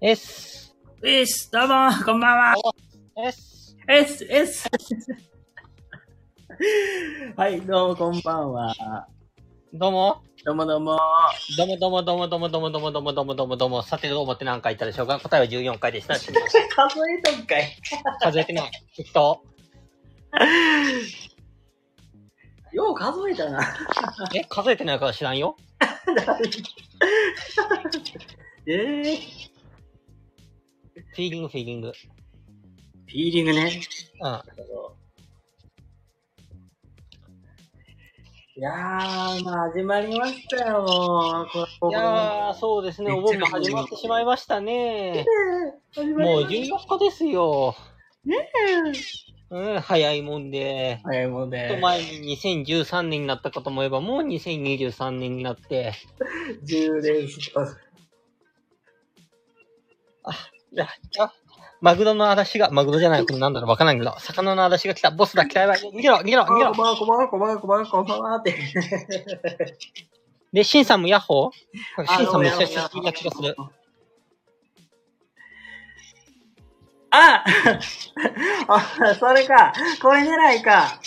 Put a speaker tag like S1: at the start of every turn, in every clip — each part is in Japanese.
S1: えっす。
S2: ういっす、どうも、こんばんは。
S1: えっす。
S2: えっす、えっす。はい、どうも、こんばんは。
S1: どうも。
S2: どうもどうも。
S1: どうもどうもどうもどうもどうもどうもどうもどうもどうもどうも。さてどうもって何回言ったでしょうか答えは14回でした。
S2: 数えとんかい。
S1: 数えてない。きっと。
S2: よう数えたな。
S1: え、数えてないから知らんよ。
S2: えー、
S1: フィーリングフィーリング。
S2: フィーリングね。
S1: うん。
S2: いやー、まあ、始まりましたよ、もう。こ
S1: いやー、そうですね。お盆も始まってしまいましたね。もう
S2: 十
S1: 14日ですよ。
S2: 分。
S1: うん、早いもんで。
S2: 早いもんで、
S1: ちょっと前に2013年になったかと思えば、もう2023年になって。
S2: 10年しか。
S1: ああマグロの嵐が、マグロじゃない、これなんだろう、わからんけど、魚の嵐が来た、ボスだ、嫌いは、逃げろ、逃げろ、逃げ
S2: あ、
S1: ろ
S2: こ。んばんは、こんばんは、こんばんは、こんばんは、こんばんはって。
S1: で、シンさんもヤッホーシンさんも一緒に
S2: あ
S1: 聞いた気がする。
S2: ああ、それか。これ狙いか。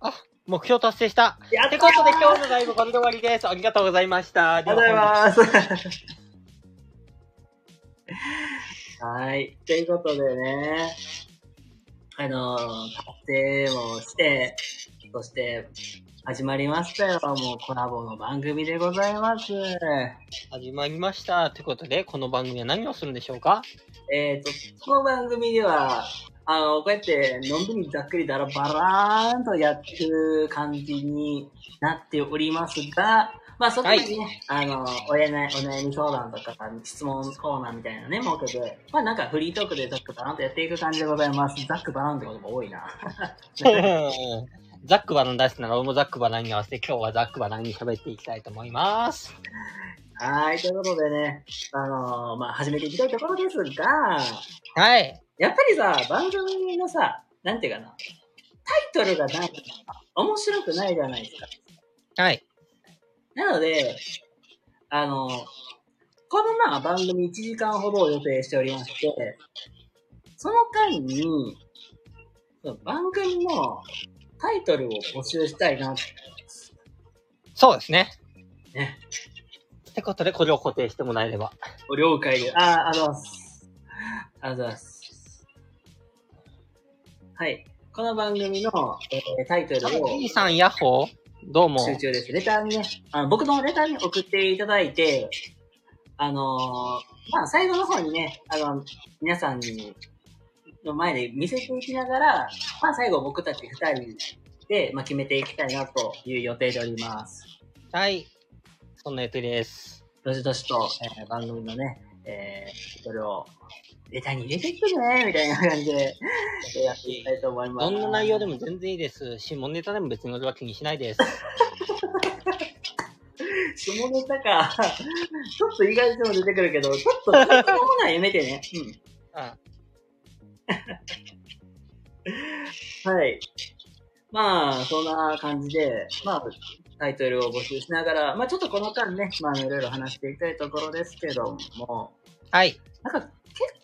S1: あ、目標達成した。
S2: や
S1: ってことで今日のライブこれで終わりです。ありがとうございました。あ
S2: ありがとうございます。はい。ということでね、あの、達成もして、そして、始まりましたよ。もうコラボの番組でございます。
S1: 始まりました。ということで、この番組は何をするんでしょう か
S2: えっ、と、この番組では、あの、こうやって、のんびりざっくりだらばらーんとやってる感じになっておりますが、まあ、そこにね、あの、おやなお悩み相談とか、質問コーナーみたいなね、設けて、まあ、なんかフリートークでざっくばらんとやっていく感じでございます。ざっくばらんってことが多いな。
S1: ザックバラン大好きなら俺もザックバランに合わせて今日はザックバランに喋っていきたいと思います。
S2: はい、ということでね、あのまあ、始めていきたいところですが、
S1: はい。
S2: やっぱりさ、番組のさ、なんていうかな、タイトルがないとさ面白くないじゃないですか。
S1: はい。
S2: なので、あの、このまあ番組1時間ほどを予定しておりまして、その間に、番組のタイトルを募集したいなって。
S1: そうですね。
S2: ね。
S1: ってことで、これを固定してもらえれば。
S2: ご了解で。あー、ありがとうございます。ありがとうございます。はい。この番組の、えータイトルを
S1: じいさん、ヤッホーどうも。
S2: 集中です。レターにね、あの僕のレターに送っていただいて、あのーまあ、最後の方にね、あの、皆さんに、の前で見せていきながら、まあ、最後僕たち二人で、まあ、決めていきたいなという予定でおります。
S1: はい。そんな予定です。
S2: どしどしと、えー番組のね、えー、それを、レターに入れていくね、みたいな感じで、やっていきたいと思います。
S1: どんな内容でも全然いいです。し、もネタでも別に俺は気にしないです。
S2: 下ネタか。 ちょっと意外とも出てくるけど、ちょっと、ちょっとコーナーやめてね。
S1: うん。
S2: うん。はい。まあ、そんな感じで、まあ、タイトルを募集しながら、まあちょっとこの間ね、まあいろいろ話していきたいところですけども、
S1: はい。
S2: なんか結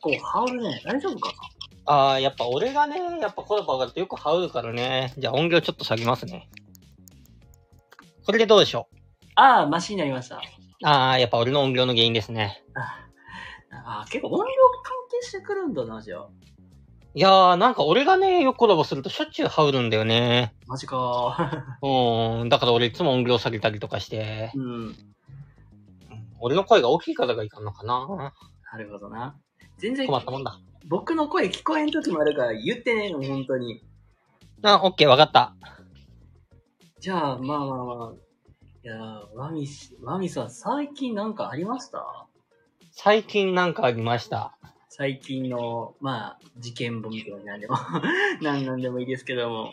S2: 構羽織るね。大丈夫か
S1: ああ、やっぱ俺がね、やっぱコラボ上がるとよく羽織るからね。じゃあ音量ちょっと下げますね。これでどうでしょう
S2: ああ、マシになりました。
S1: ああ、やっぱ俺の音量の原因ですね。
S2: ああ、結構音量関係してくるんだな、じゃあ。
S1: いやー、なんか俺がね、よくコラボするとしょっちゅう羽織るんだよね。
S2: マジか。
S1: うーん。だから俺いつも音量下げたりとかして。
S2: うん。
S1: うん俺の声が大きいからがいかんのかな。
S2: なるほどな。全然
S1: 困ったもんだ。
S2: 僕の声聞こえん時もあるから言ってねえの、本当に。
S1: あ、オッケー、わかった。
S2: じゃあ、まあまあまあ。いやー、ワミス、ワミさん、最近なんかありました
S1: 最近なんかありました。
S2: 最近の、まあ、事件簿みたいな、 でも、なんなんでもいいですけども。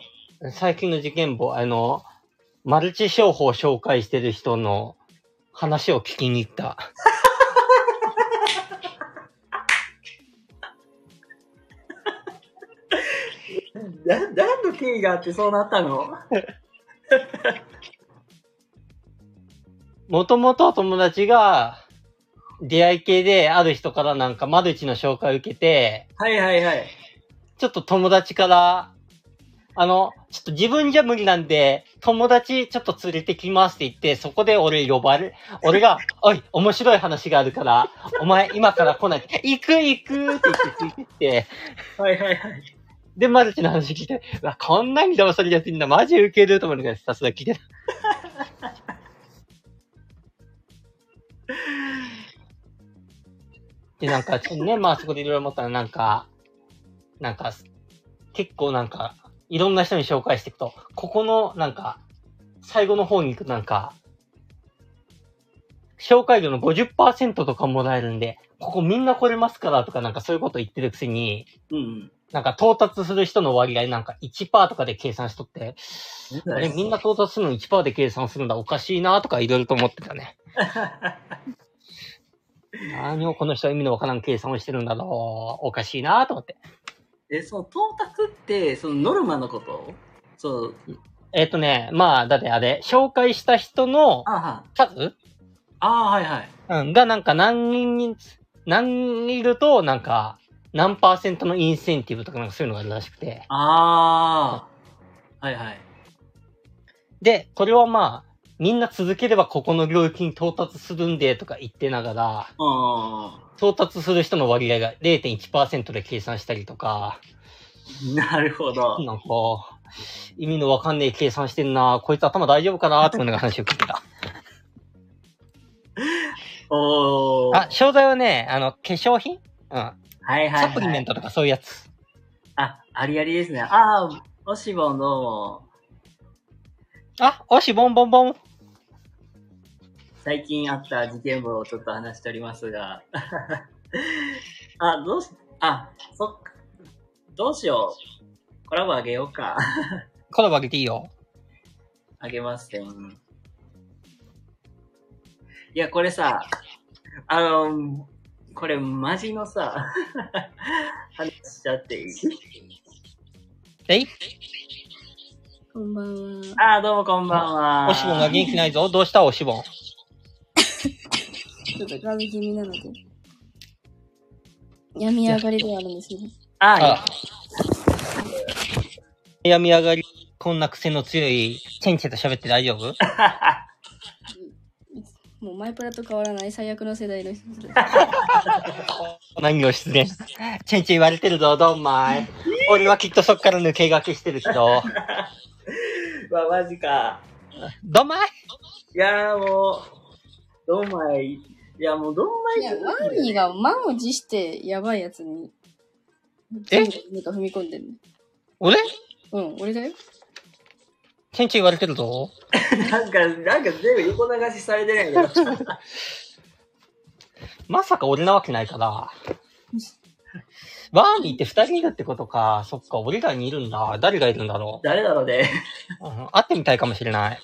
S1: 最近の事件簿、あの、マルチ商法を紹介してる人の話を聞きに行った。
S2: な、何の経緯があってそうなったの
S1: もともと友達が、出会い系である人からなんかマルチの紹介を受けて、
S2: はいはいはい。
S1: ちょっと友達から、あの、ちょっと自分じゃ無理なんで、友達ちょっと連れてきますって言って、そこで俺呼ばれ、俺が、おい、面白い話があるから、お前今から来ない。行く行くって言ってついてって、
S2: はいはいはい。
S1: で、マルチの話聞いて、うわ、こんなに騙されるやついんだ、マジウケると思ってさすが聞いてた。で、なんか、ね、まあそこでいろいろ思ったら、なんか、なんか、結構なんか、いろんな人に紹介していくと、ここの、なんか、最後の方に行くとなんか、紹介料の50%とかもらえるんで、ここみんな来れますからとかなんかそういうこと言ってるくせに、
S2: うんうん。
S1: なんか到達する人の割合なんか1%とかで計算しとって、あれみんな到達するのに1%で計算するんだおかしいなとかいろいろと思ってた ね。何をこの人は意味のわからん計算をしてるんだろう。おかしいなと思って。
S2: え、その到達って、そのノルマのことそう。
S1: えっ、とね、まあ、だってあれ、紹介した人の
S2: あは。
S1: 数、
S2: あはいはい。
S1: うん、がなんか何人に、何人いるとなんか何パーセントのインセンティブとかなんかそういうのがあるらしくて。
S2: ああ。はいはい。
S1: で、これはまあ、みんな続ければここの領域に到達するんでとか言ってながら、
S2: あ
S1: 到達する人の割合が0.1%で計算したりとか、
S2: あ。なるほど。
S1: なんか、意味のわかんねえ計算してんな、こいつ頭大丈夫かな、とかいうのが話を聞いてた。
S2: おー。
S1: あ、商材はね、あの、化粧品うん。
S2: はいはい、はい。
S1: サプリメントとかそういうやつ。
S2: あ、ありありですね。ああ、おしぼんどうも。
S1: あ、おし、ボンボンボン。
S2: 最近あった事件簿をちょっと話しておりますが。 あ、どうし、あ、そっか。どうしよう。コラボあげようか。
S1: コラボあげていいよ。
S2: あげますね。いや、これさ、あの、これマジのさ、 話しちゃっていい
S1: えい
S3: こんばんは。
S2: ああ、どうもこんばんは。
S1: おしぼんが元気ないぞ。どうしたおしぼん。
S3: ちょっとガビ気味なので。病み上がりではあるんですね。
S2: ああ、
S1: あ病み上がり、こんな癖の強い、チェンチェと喋って大丈夫
S3: もうマイプラと変わらない最悪の世代の人です。
S1: 何を失礼。チェンチェ言われてるぞ、ドンマイ。俺はきっとそっから抜け駆けしてるけど。
S2: うわ、マジか。
S1: ドンマイ
S2: いやーもう、ドンマイ、いやもうドンマイ
S3: いや、マーミーが満を持してやばいやつに、
S1: え
S3: なんか踏み込んでる。
S1: 俺
S3: うん、俺だよ。
S1: チェンチェ言われてるぞ。
S2: なんか、なんか全部横流しされてないけど。
S1: まさか俺なわけないから。ワーミーって二人いるってことか。そっか、俺らにいるんだ。誰がいるんだろ
S2: 誰だろう ね。
S1: う。うん会ってみたいかもしれない。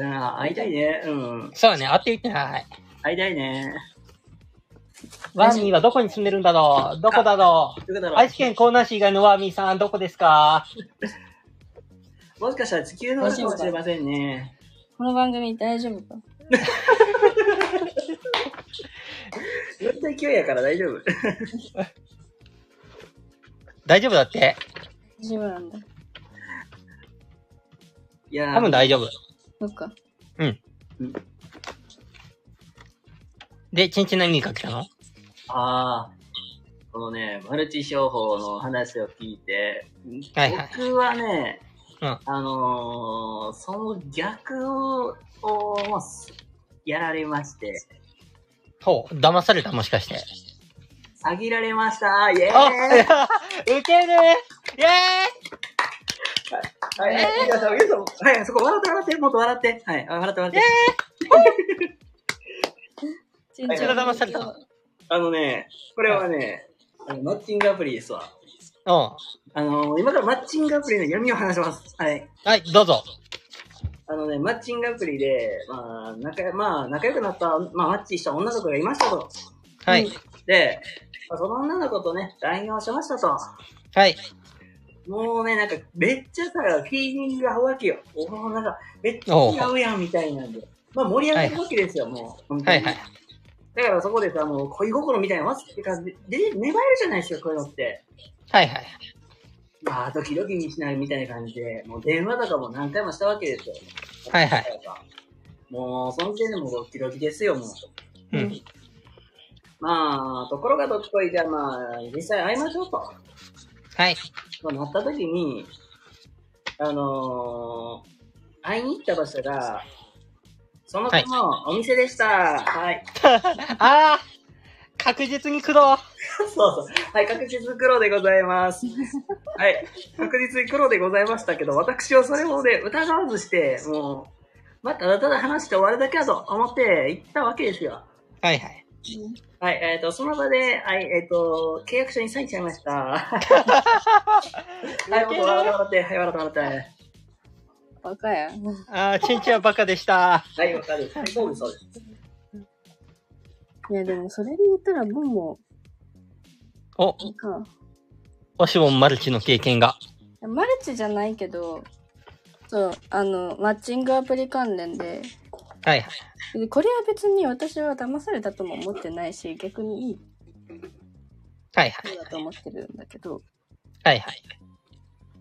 S2: ああ、会いたいね。うん。
S1: そうだね、会ってみたい。
S2: 会いたいね。
S1: ワーミーはどこに住んでるんだろうどこだろう
S2: どこだろう
S1: 愛知県江南市以外のワーミーさん、どこですか
S2: もしかしたら地球の話かもしれませんね。
S3: この番組大丈夫か
S2: 絶対勢いやから大丈夫。
S1: 大丈夫だって。
S3: 大丈夫なんだ。
S2: いやー
S1: 多分大丈夫。
S3: そっか。
S1: で、チェンチェ何にかけたの
S2: ああ。このね、マルチ商法の話を聞いて、
S1: はいはい
S2: 僕はね、
S1: うん
S2: あのーその逆を、をやられまして、
S1: ほう、騙されたもしかして。
S2: 詐欺られましたイェー
S1: あ、 い
S2: イ
S1: やウケるイェ
S2: はい、はい、皆さん、皆さん、はい、そこ笑って笑って、もっと笑って、はい、あ笑って笑って。
S3: ち
S1: ーイこちら騙されたの。
S2: あのね、これはね、あのマッチングアプリですわ。
S1: うん。
S2: あの今からマッチングアプリの闇を話します。はい。
S1: はい、どうぞ。
S2: あのね、マッチングアプリで、まあ、仲、まあ、仲良くなった、まあ、マッチした女の子がいましたと。
S1: はい、
S3: うん
S2: で、まあその女の子とね、LINE をしましたと。
S1: はい。
S2: もうね、なんか、めっちゃさ、フィーリングが合うわけよ。おおなんか、めっちゃ合うやん、みたいなんで。まあ、盛り上がるわけですよ、もう。本当に
S1: はいはい
S2: だからそこでさ、もう恋心みたいなの忘れてか、で、で芽生えるじゃないですか、こういうのって。
S1: はいはい。
S2: まあ、ドキドキにしないみたいな感じで、もう電話とかも何回もしたわけですよ。
S1: はいはい。
S2: もう、その時点でもうドキドキですよ、もう。
S1: うん。
S2: まあ、ところがどっこい、じゃあまあ、実際会いましょうと。
S1: はい。
S2: そうなった時に、あのー、会いに行った場所が、そもそもお店でした。はい。
S1: ああ確実に黒
S2: そうそう。はい、確実黒でございます。はい。確実に黒でございましたけど、私はそれをね、疑わずして、もう、まあ、ただただ話して終わるだけだと思って行ったわけですよ。
S1: はいはい。
S2: はい、えっ、と、その場で、はい、えっ、と、契約書にサインしちゃいました。はい、笑って、笑って、はい、笑って、笑って。
S3: バカや。
S1: ああ、チンチンはバカでした。
S2: はい、わかる。そうです、そうです。
S3: いや、でもそれで言ったら、ボンも、
S1: お、
S3: なんか、
S1: わしもマルチの経験が。
S3: マルチじゃないけど、そう、あの、マッチングアプリ関連で、
S1: はいはい。
S3: でこれは別に私は騙されたとも思ってないし、逆にいい
S1: はいはい。
S3: 方だと思ってるんだけど、
S1: はいはい。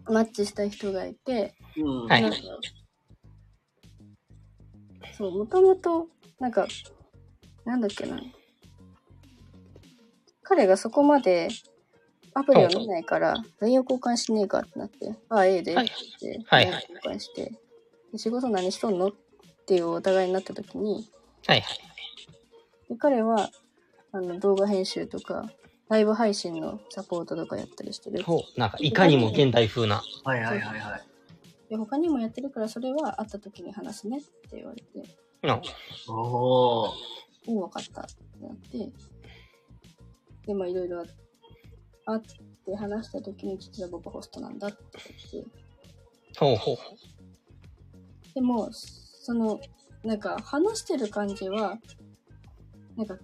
S3: マッチした人がいて、
S2: うん。
S1: はい
S3: なんかそう、もともと、なんか、なんだっけな。彼がそこまでアプリを見ないから、LINE を交換しねえかってなって、あ、ええで、
S1: は
S3: っ
S1: い
S3: て言って、
S1: はい
S3: LINE を交換して、で仕事何しとんのっていうお互いになった時に、
S1: はいはい。
S3: で彼はあの動画編集とか、ライブ配信のサポートとかやったりしてる。
S1: ほう、なんか、いかにも現代風な。
S2: はいはいはいはい。
S3: で、他にもやってるから、それは会った時に話すねって言われて、
S1: うん。
S2: おー。
S3: おう分かったってなって、で、まあいろいろあって話した時に、実は僕ホストなんだって言って、
S1: ほうほうほ
S3: でも、その、なんか話してる感じは、なんか、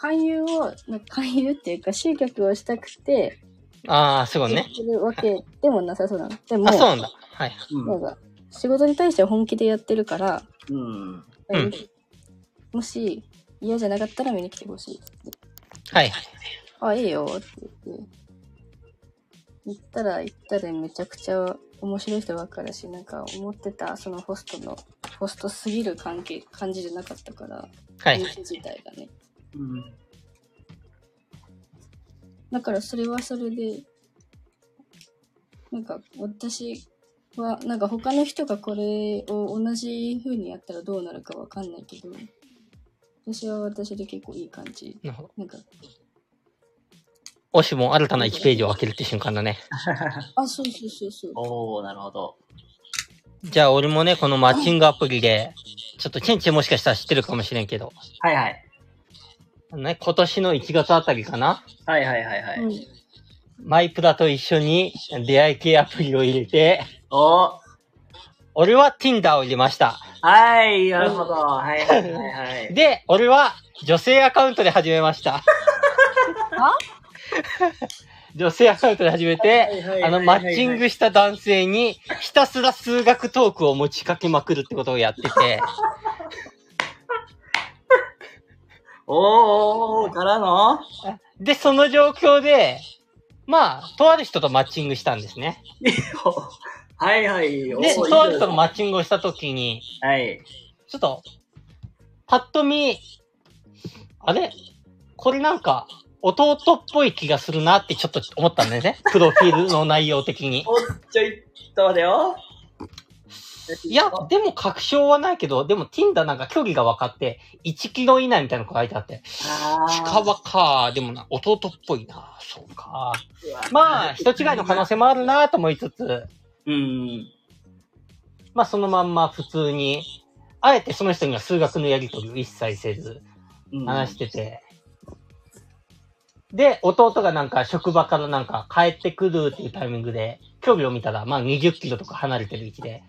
S3: 勧誘を、なんか勧誘っていうか集客をしたくて、
S1: う。ああ、すごい
S3: やっ
S1: ね。
S3: てるわけでもなさそうなの。でも、
S1: あ、そうなんだ。はい。
S2: う
S3: なんか仕事に対しては本気でやってるから、
S2: ん。うん。
S1: うん
S3: もし嫌じゃなかったら見に来てほしいって。
S1: はいはい。
S3: あ、いいよって言って。行ったら行ったでめちゃくちゃ面白い人ばっかだし、なんか思ってたそのホストの、ホストすぎる関係、感じじゃなかったから、
S1: はい
S3: お
S1: はい。
S3: 店自体がね。
S2: うん。
S3: だからそれはそれで、なんか私は、なんか他の人がこれを同じ風にやったらどうなるかわかんないけど、私は私で結構いい感じ。
S1: なるほど。
S3: なんか、
S1: 押しも新たな1ページを開けるって瞬間だね。
S3: あ、そうそうそうそう。
S2: おー、なるほど。
S1: じゃあ、俺もね、このマッチングアプリで、ちょっとチンチンもしかしたら知ってるかもしれんけど、
S2: はいはい。
S1: ね、今年の1月あたりかな、
S2: はいはいはいはい。
S3: うん
S1: マイプラと一緒に出会い系アプリを入れて、
S2: おー。
S1: 俺は Tinder を入れました。
S2: はい、なるほど。はいはいはいはい。
S1: で、俺は女性アカウントで始めました。女性アカウントで始めて、あの、マッチングした男性に、ひたすら数学トークを持ちかけまくるってことをやってて、
S2: おーおーおーからの
S1: で、その状況で、まあ、とある人とマッチングしたんですね。
S2: はいはい。おー
S1: で、
S2: いい
S1: とある人とマッチングをしたときに、
S2: はい。
S1: ちょっと、パッと見、あれこれなんか、弟っぽい気がするなってちょっと思ったんだよね。プロフィールの内容的に。
S2: おっちょい、ちょっと待てよ。
S1: いや、でも確証はないけど、でも Tinder なんか距離が分かって、1キロ以内みたいなのが書いてあって、近
S2: あ
S1: 場か、でもな、弟っぽいな、そうか。
S2: ー。
S1: まあ、人違いの可能性もあるなと思いつつ、
S2: うん。
S1: まあそのまんま普通に、あえてその人には数学のやりとりを一切せず
S2: うん
S1: 話してて、で、弟がなんか職場からなんか帰ってくるっていうタイミングで、距離を見たらまあ20キロとか離れてる位置で、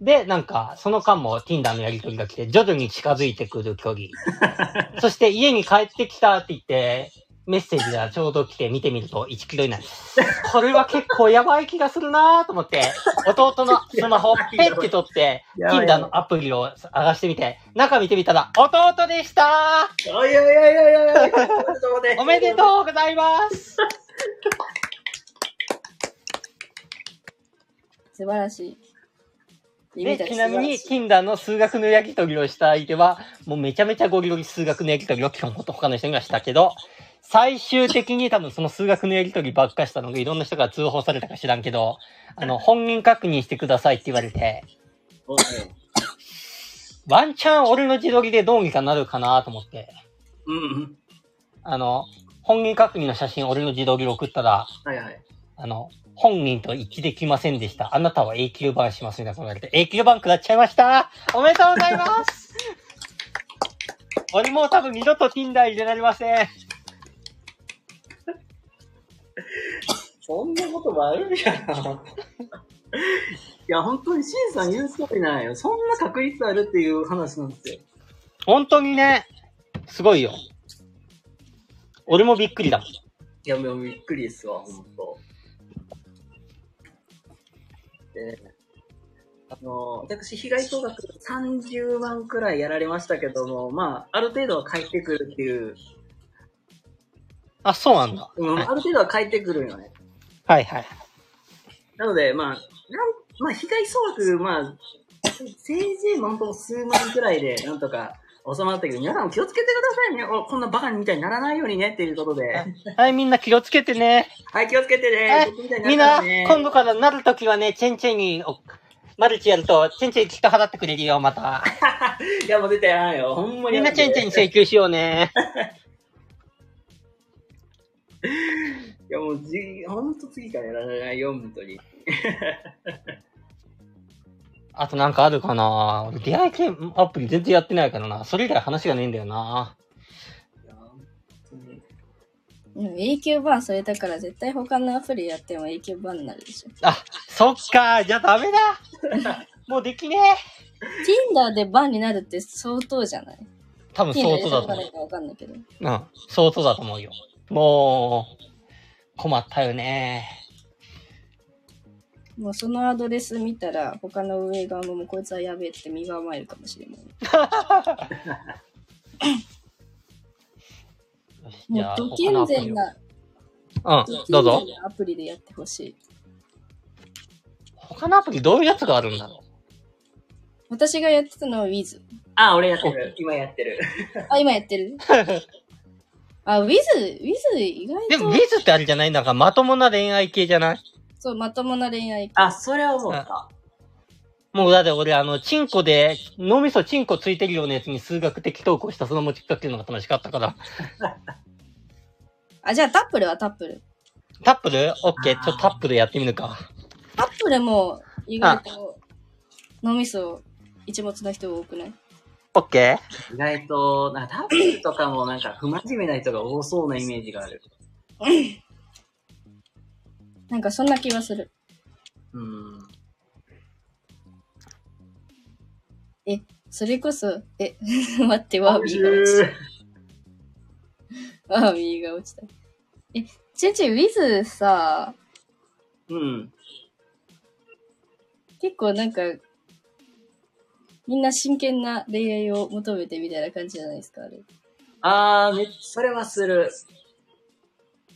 S1: で、なんか、その間も Tinder のやりとりが来 て、徐々に近づいてくる距離。そして家に帰ってきたって言って、メッセージがちょうど来て見てみると1キロ以内。これは結構やばい気がするなぁと思って、弟のスマホをペッて取って、
S2: やばい
S1: Tinder のアプリを探してみて、中見てみたら、弟でした
S2: おいおいおいおいおいおい
S1: おめで
S2: う
S1: とうございます
S3: 素晴らし
S1: で、
S3: い。君た
S1: ち
S3: 素
S1: な
S3: 晴
S1: み
S3: ら
S1: に、
S3: しい
S1: Tinder の数学のやり取りをした相手は、もうめちゃめちゃゴリゴリ数学のやり取りを基本ほと他の人にはしたけど、最終的に多分その数学のやり取りばっかしたのがいろんな人が通報されたか知らんけど、あの、本人確認してくださいって言われて、ワンチャン俺の自撮りでどうにかなるかなと思って、
S2: うんうん。
S1: あの、本人確認の写真俺の自撮りを送ったら、
S2: はいはい。
S1: あの、本人と一致できませんでした。あなたは永久版しますみたいなこと言われて、永久版食らっちゃいましたおめでとうございます俺もう多分二度と Tinder 入れられません。
S2: そんなこともあるん やな。いや、本当に、シンさん言う通りなんよ。そんな確率あるっていう話なんですよ。
S1: 本当にね、すごいよ。俺もびっくりだもん。
S2: いや、もうびっくりですわ、ほんと。で、あの、私、被害総額30万くらいやられましたけども、まあ、ある程度は返ってくるっていう、
S1: あ、そうなんだ。
S2: うん、ある程度は返ってくるよね。
S1: はいはい。
S2: なので、まあ、なんまあ、被害総額、まあ、せいぜい本当数万くらいで、なんとか収まったけど、皆さんも気をつけてくださいね。おこんなバカみたいにならないようにね、っていうことで。
S1: はい、みんな気をつけてね。
S2: はい、気をつけて
S1: は
S2: ね。
S1: い
S2: 僕みたい
S1: み
S2: に
S1: ん
S2: なった
S1: な、
S2: らね
S1: 今度からなるときはね、チェンチェンにお、マルチやると、チェンチェンきっと払ってくれるよ、また。
S2: いや、もう絶対やらないよ。ほんまに
S1: み
S2: や
S1: んな
S2: らで。
S1: チェンチェンに請求しようね。
S2: いやもうじ、ほんと次からやらないよ、本当に。
S1: あとなんかあるかな俺出会い系アプリ全然やってないからな。それ以外話がねえんだよな。
S3: うん永久版それだから絶対他のアプリやっても永久版になるでしょ。
S1: あ、そっか。じゃあダメだ。 もうできねえ。
S3: Tinder で版になるって相当じゃない
S1: 多分
S3: ?Tinder
S1: 相
S3: で
S1: 当だ
S3: やっ
S1: と
S3: た
S1: 思
S3: かな
S1: う。
S3: いかわかんないけど。
S1: うん。相当だと思うよ。もう、困ったよね。
S3: もうそのアドレス見たら他の運営側ももうこいつはやべえって身構えるかもしれない。
S1: よし
S3: もうド健全な、
S1: 他のアプリを。うん、どう
S3: ド
S1: ぞ
S3: 健。全なアプリでやってほしい。
S1: 他のアプリどういうやつがあるんだろ
S3: 私がやってたのは Wiz。
S2: あ、俺やってる。今やってる。
S3: あ、今やっ てるあ、Wiz、Wiz 意
S1: う。で
S3: 外
S1: も、
S3: と
S1: ビズってあれじゃないなんかまともな恋愛系じゃない
S3: そうまともな恋愛。
S2: あ、それは思った。
S1: もうだって俺、あの、チンコで、脳みそチンコついてるようなやつに数学的トークをしたその持ちかけるのが楽しかったから。
S3: あ、じゃあタップルはタップル。
S1: タップルオッケ
S2: あ
S1: ー。
S2: ー
S1: ちょっとタップルやってみるか。
S3: タップルも意外と脳みそ一物な人多くない
S1: オッケー。
S2: 意外と、なんかタップルとかもなんか不真面目な人が多そうなイメージがある。
S3: なんかそんな気はする。
S2: うん。
S3: え、それこそ、え、 待って、ワービーが落ちた。ワービーが落ちた。え、ちんちん、ウィズさ、
S2: うん。
S3: 結構なんか、みんな真剣な恋愛を求めてみたいな感じじゃないですか、あれ。
S2: あー、めそれはする。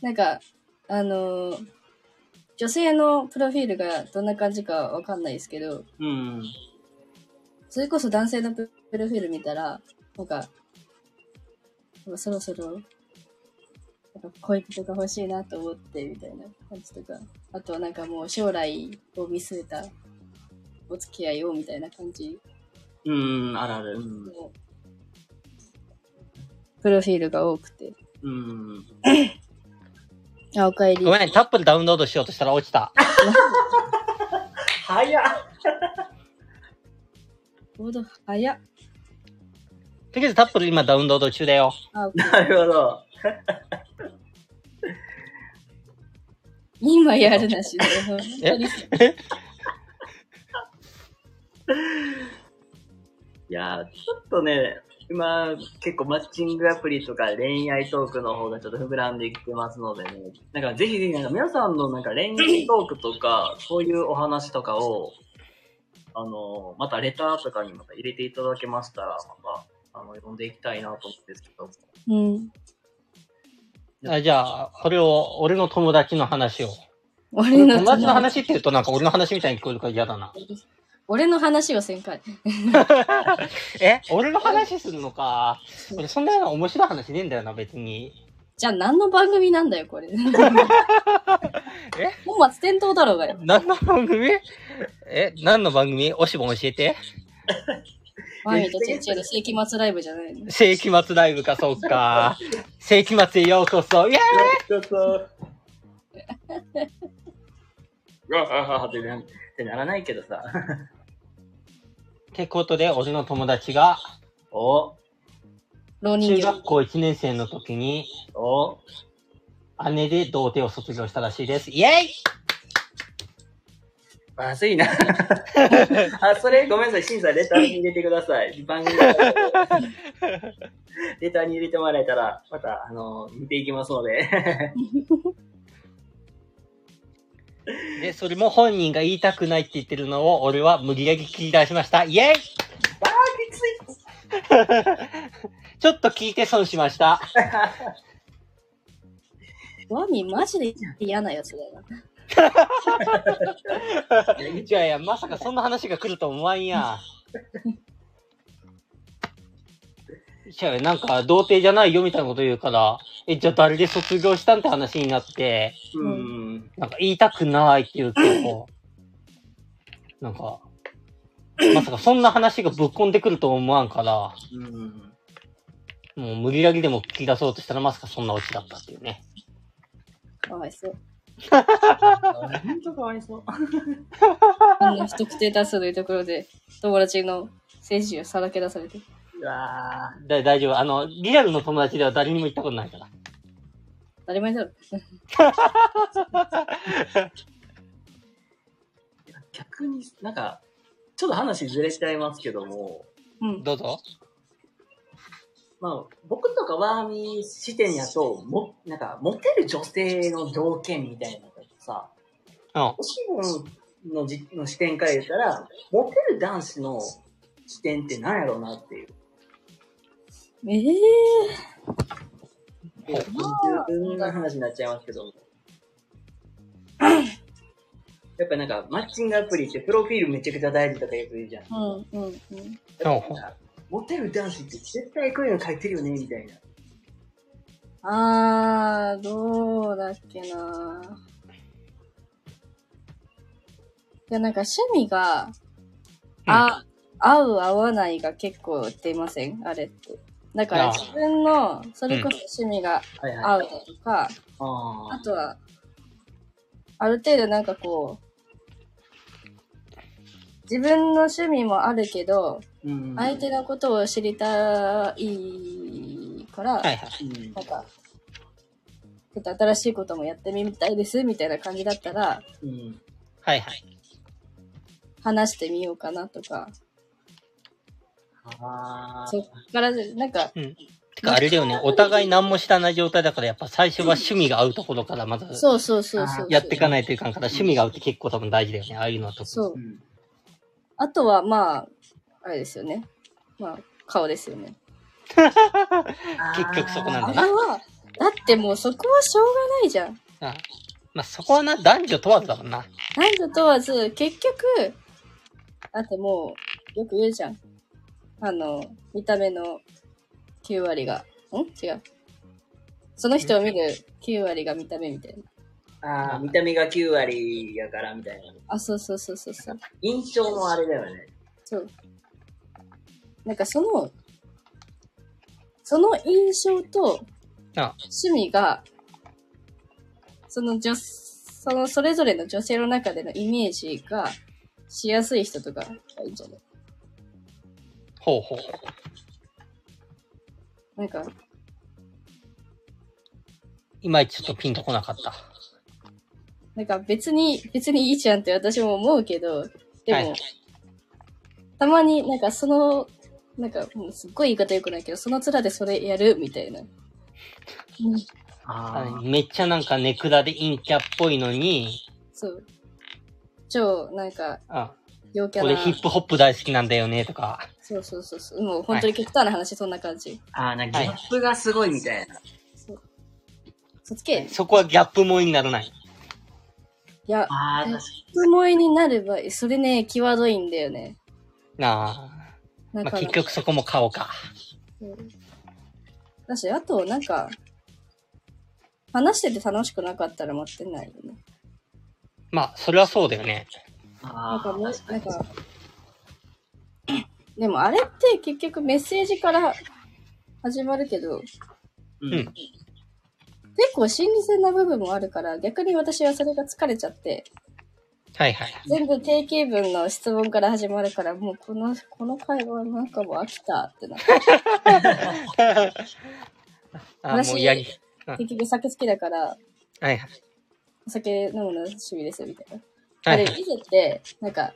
S3: なんか、あのー女性のプロフィールがどんな感じかわかんないですけど、
S2: うん。
S3: それこそ男性のププロフィール見たら、なんか、なんかそろそろ、なんか恋人が欲しいなと思って、みたいな感じとか、あとはなんかもう将来を見据えたお付き合いを、みたいな感じ
S2: うん、あるある。うん。
S3: の、プロフィールが多くて。
S2: うん。
S3: あ、おかえり。
S1: ごめん、タップルダウンロードしようとしたら落ちた。
S2: 早っ
S3: ボード早っ。
S1: とりあえずタップル今ダウンロード中だよ。
S3: あ、OK
S2: なるほど。
S3: 今やる なしで、本当に。
S2: いやー、ちょっとね、今、結構マッチングアプリとか恋愛トークの方がちょっと膨らんできてますのでね。なんかぜひぜひ、なんか皆さんのなんか恋愛トークとか、そういうお話とかを、あの、またレターとかにまた入れていただけましたら、また、あの、読んでいきたいなと思うんですけど。
S3: うん。
S1: あじゃあ、これを、俺の友達の話を。
S3: 俺の
S1: 友達の話って言うとなんか俺の話みたいに聞こえるから嫌だな。
S3: 俺の話はせんかい。
S1: え俺の話するのか。俺そんなような面白い話ねえんだよな、別に。
S3: じゃあ何の番組なんだよ、これ。え本末転倒だろうがよ。
S1: 何の番組え何の番組おしぼん教えて。
S3: マミとチェンチェの世紀末ライブじゃないの。
S1: 世紀末ライブか、そうか。世紀末へようこそ。いや
S2: ちょっと。うわあああってなってならないけどさ。
S1: ーってことで、俺の友達が、
S2: お、
S3: 浪人
S1: 中
S3: 形。
S1: 学校1年生の時に、
S2: お、
S1: 姉で童貞を卒業したらしいです。イェイ
S2: まずい な。あ、それ、ごめんなさい。審査、レターに入れてください。番組のレターに入れてもらえたら、また、あの、見ていきますので。
S1: で、それも本人が言いたくないって言ってるのを、俺は無理やり聞き出しました。イェイ
S2: きつい
S1: ちょっと聞いて損しました。
S3: マミマジで嫌なやつだよな。
S1: いやいや、まさかそんな話が来ると思わんや。いやいやなんか、童貞じゃないよみたいなこと言うから、え、じゃあ誰で卒業したんって話になって、
S2: うん。
S1: なんか言いたくないっていうけど、なんか、まさかそんな話がぶっこんでくると思わんから、
S2: うん。
S1: もう無理やりでも聞き出そうとしたらまさかそんなオチだったっていうね。
S3: かわいそう。
S2: 本当かわいそう。
S3: こんな不特定多数のいうところで、友達の精神をさらけ出されて。
S2: うわあ
S1: だ大丈夫。あの、リアルの友達では誰にも言ったことないから。
S3: 当たり前だろ。
S2: 逆になんか、ちょっと話ずれちゃいますけども、
S3: うん。
S1: どうぞ。
S2: まあ、僕とかワーミー視点やと、も、なんか、モテる女性の条件みたいなのがさ、
S1: うん。
S2: おしぼんのじの視点から言ったら、モテる男子の視点って何やろうなっていう。
S3: ええ
S2: もう、自分の話になっちゃいますけども。やっぱなんか、マッチングアプリってプロフィールめちゃくちゃ大事とかよく言うじゃん。
S3: ー。うんうんうん。
S1: うん
S2: モテる男子って絶対こういうの書いてるよね、みたいな。
S3: あー、どうだっけな。いや、なんか趣味が、あ、合う合わないが結構出ませんあれって。だから
S1: あー
S3: 自分の、それこそ趣味が
S2: はいはい。
S3: 合うだとか、
S2: あ
S3: あとは、ある程度なんかこう、自分の趣味もあるけど、
S2: うん
S3: 相手のことを知りたいから、
S1: はいはい。
S2: うん
S3: なんか、ちょっと新しいこともやってみたいですみたいな感じだったら、
S2: うん。
S1: はいはい。
S3: 話してみようかなとか、
S2: ああ。
S3: そっから、なんか、
S1: うん。てか、あれだよね。お互い何も知らない状態だから、やっぱ最初は趣味が合うところからまず
S3: そうそうそうそう。
S1: やっていかないといかんから、趣味が合うって結構多分大事だよね。ああいうのは特に。
S3: そう
S2: う。ん。
S3: あとは、まあ、あれですよね。まあ、顔ですよね。
S1: 結局そこなん
S3: あ
S1: だ
S3: れ
S1: な。
S3: は、だってもうそこはしょうがないじゃん。
S1: あまあ、そこはな、男女問わずだもんな。
S3: 男女問わず、結局、だってもう、よく言うじゃん。あの、見た目の9割が、ん違う。その人を見る9割が見た目みたいな。
S2: ああ、見た目が9割やから、みたいな。
S3: あ、そうそうそうそうそう。
S2: 印象もあれだよね。
S3: そう。なんかその、その印象と
S1: あ
S3: 趣味が、その女、そのそれぞれの女性の中でのイメージがしやすい人とかがいいんじゃない
S1: ほうほう。
S3: なんか、
S1: いまいちちょっとピンとこなかった。
S3: なんか別に、別にいいじゃんって私も思うけど、でも、
S1: はい
S3: たまになんかそのなんか、もうすっごい言い方良くないけど、その面でそれやるみたいな。うん
S1: あ
S2: あ
S1: のめっちゃなんかネクラで陰キャっぽいのに、
S3: そう。超、なんか、
S1: あ、
S3: 陽キャ
S1: 俺
S3: な。
S1: ヒップホップ大好きなんだよねとか。
S3: そうそうそうそう。もう本当に極端な話、そんな感じ。
S2: あー、なんかギャップがすごいみたいな。
S3: そっち系、
S1: そこはギャップもいにならない。
S3: いや、
S2: ああ、確か
S3: 質問になれば、それね、際どいんだよね。
S1: な
S3: な
S1: あ。
S3: ん
S1: ま
S3: か、
S1: あ、結局そこも顔か。
S3: うんだし、あと、なんか、話してて楽しくなかったら持ってないよね。
S1: まあ、それはそうだよね。
S2: に。
S3: なんか
S2: あ
S3: もう、
S2: ー
S3: なんか、でもあれって結局メッセージから始まるけど、
S2: うん。
S3: 結構心理戦な部分もあるから、逆に私はそれが疲れちゃって、
S1: はい はい。
S3: 全部定型文の質問から始まるから、もうこの、この会話なんかもう飽きたってなって。
S1: あもうやり。うん
S3: 結局酒好きだから、
S1: はいはい。
S3: お酒飲むの趣味ですみたいな。
S1: は
S3: あ
S1: い
S3: れ、
S1: はい。
S3: 以前って、なんか、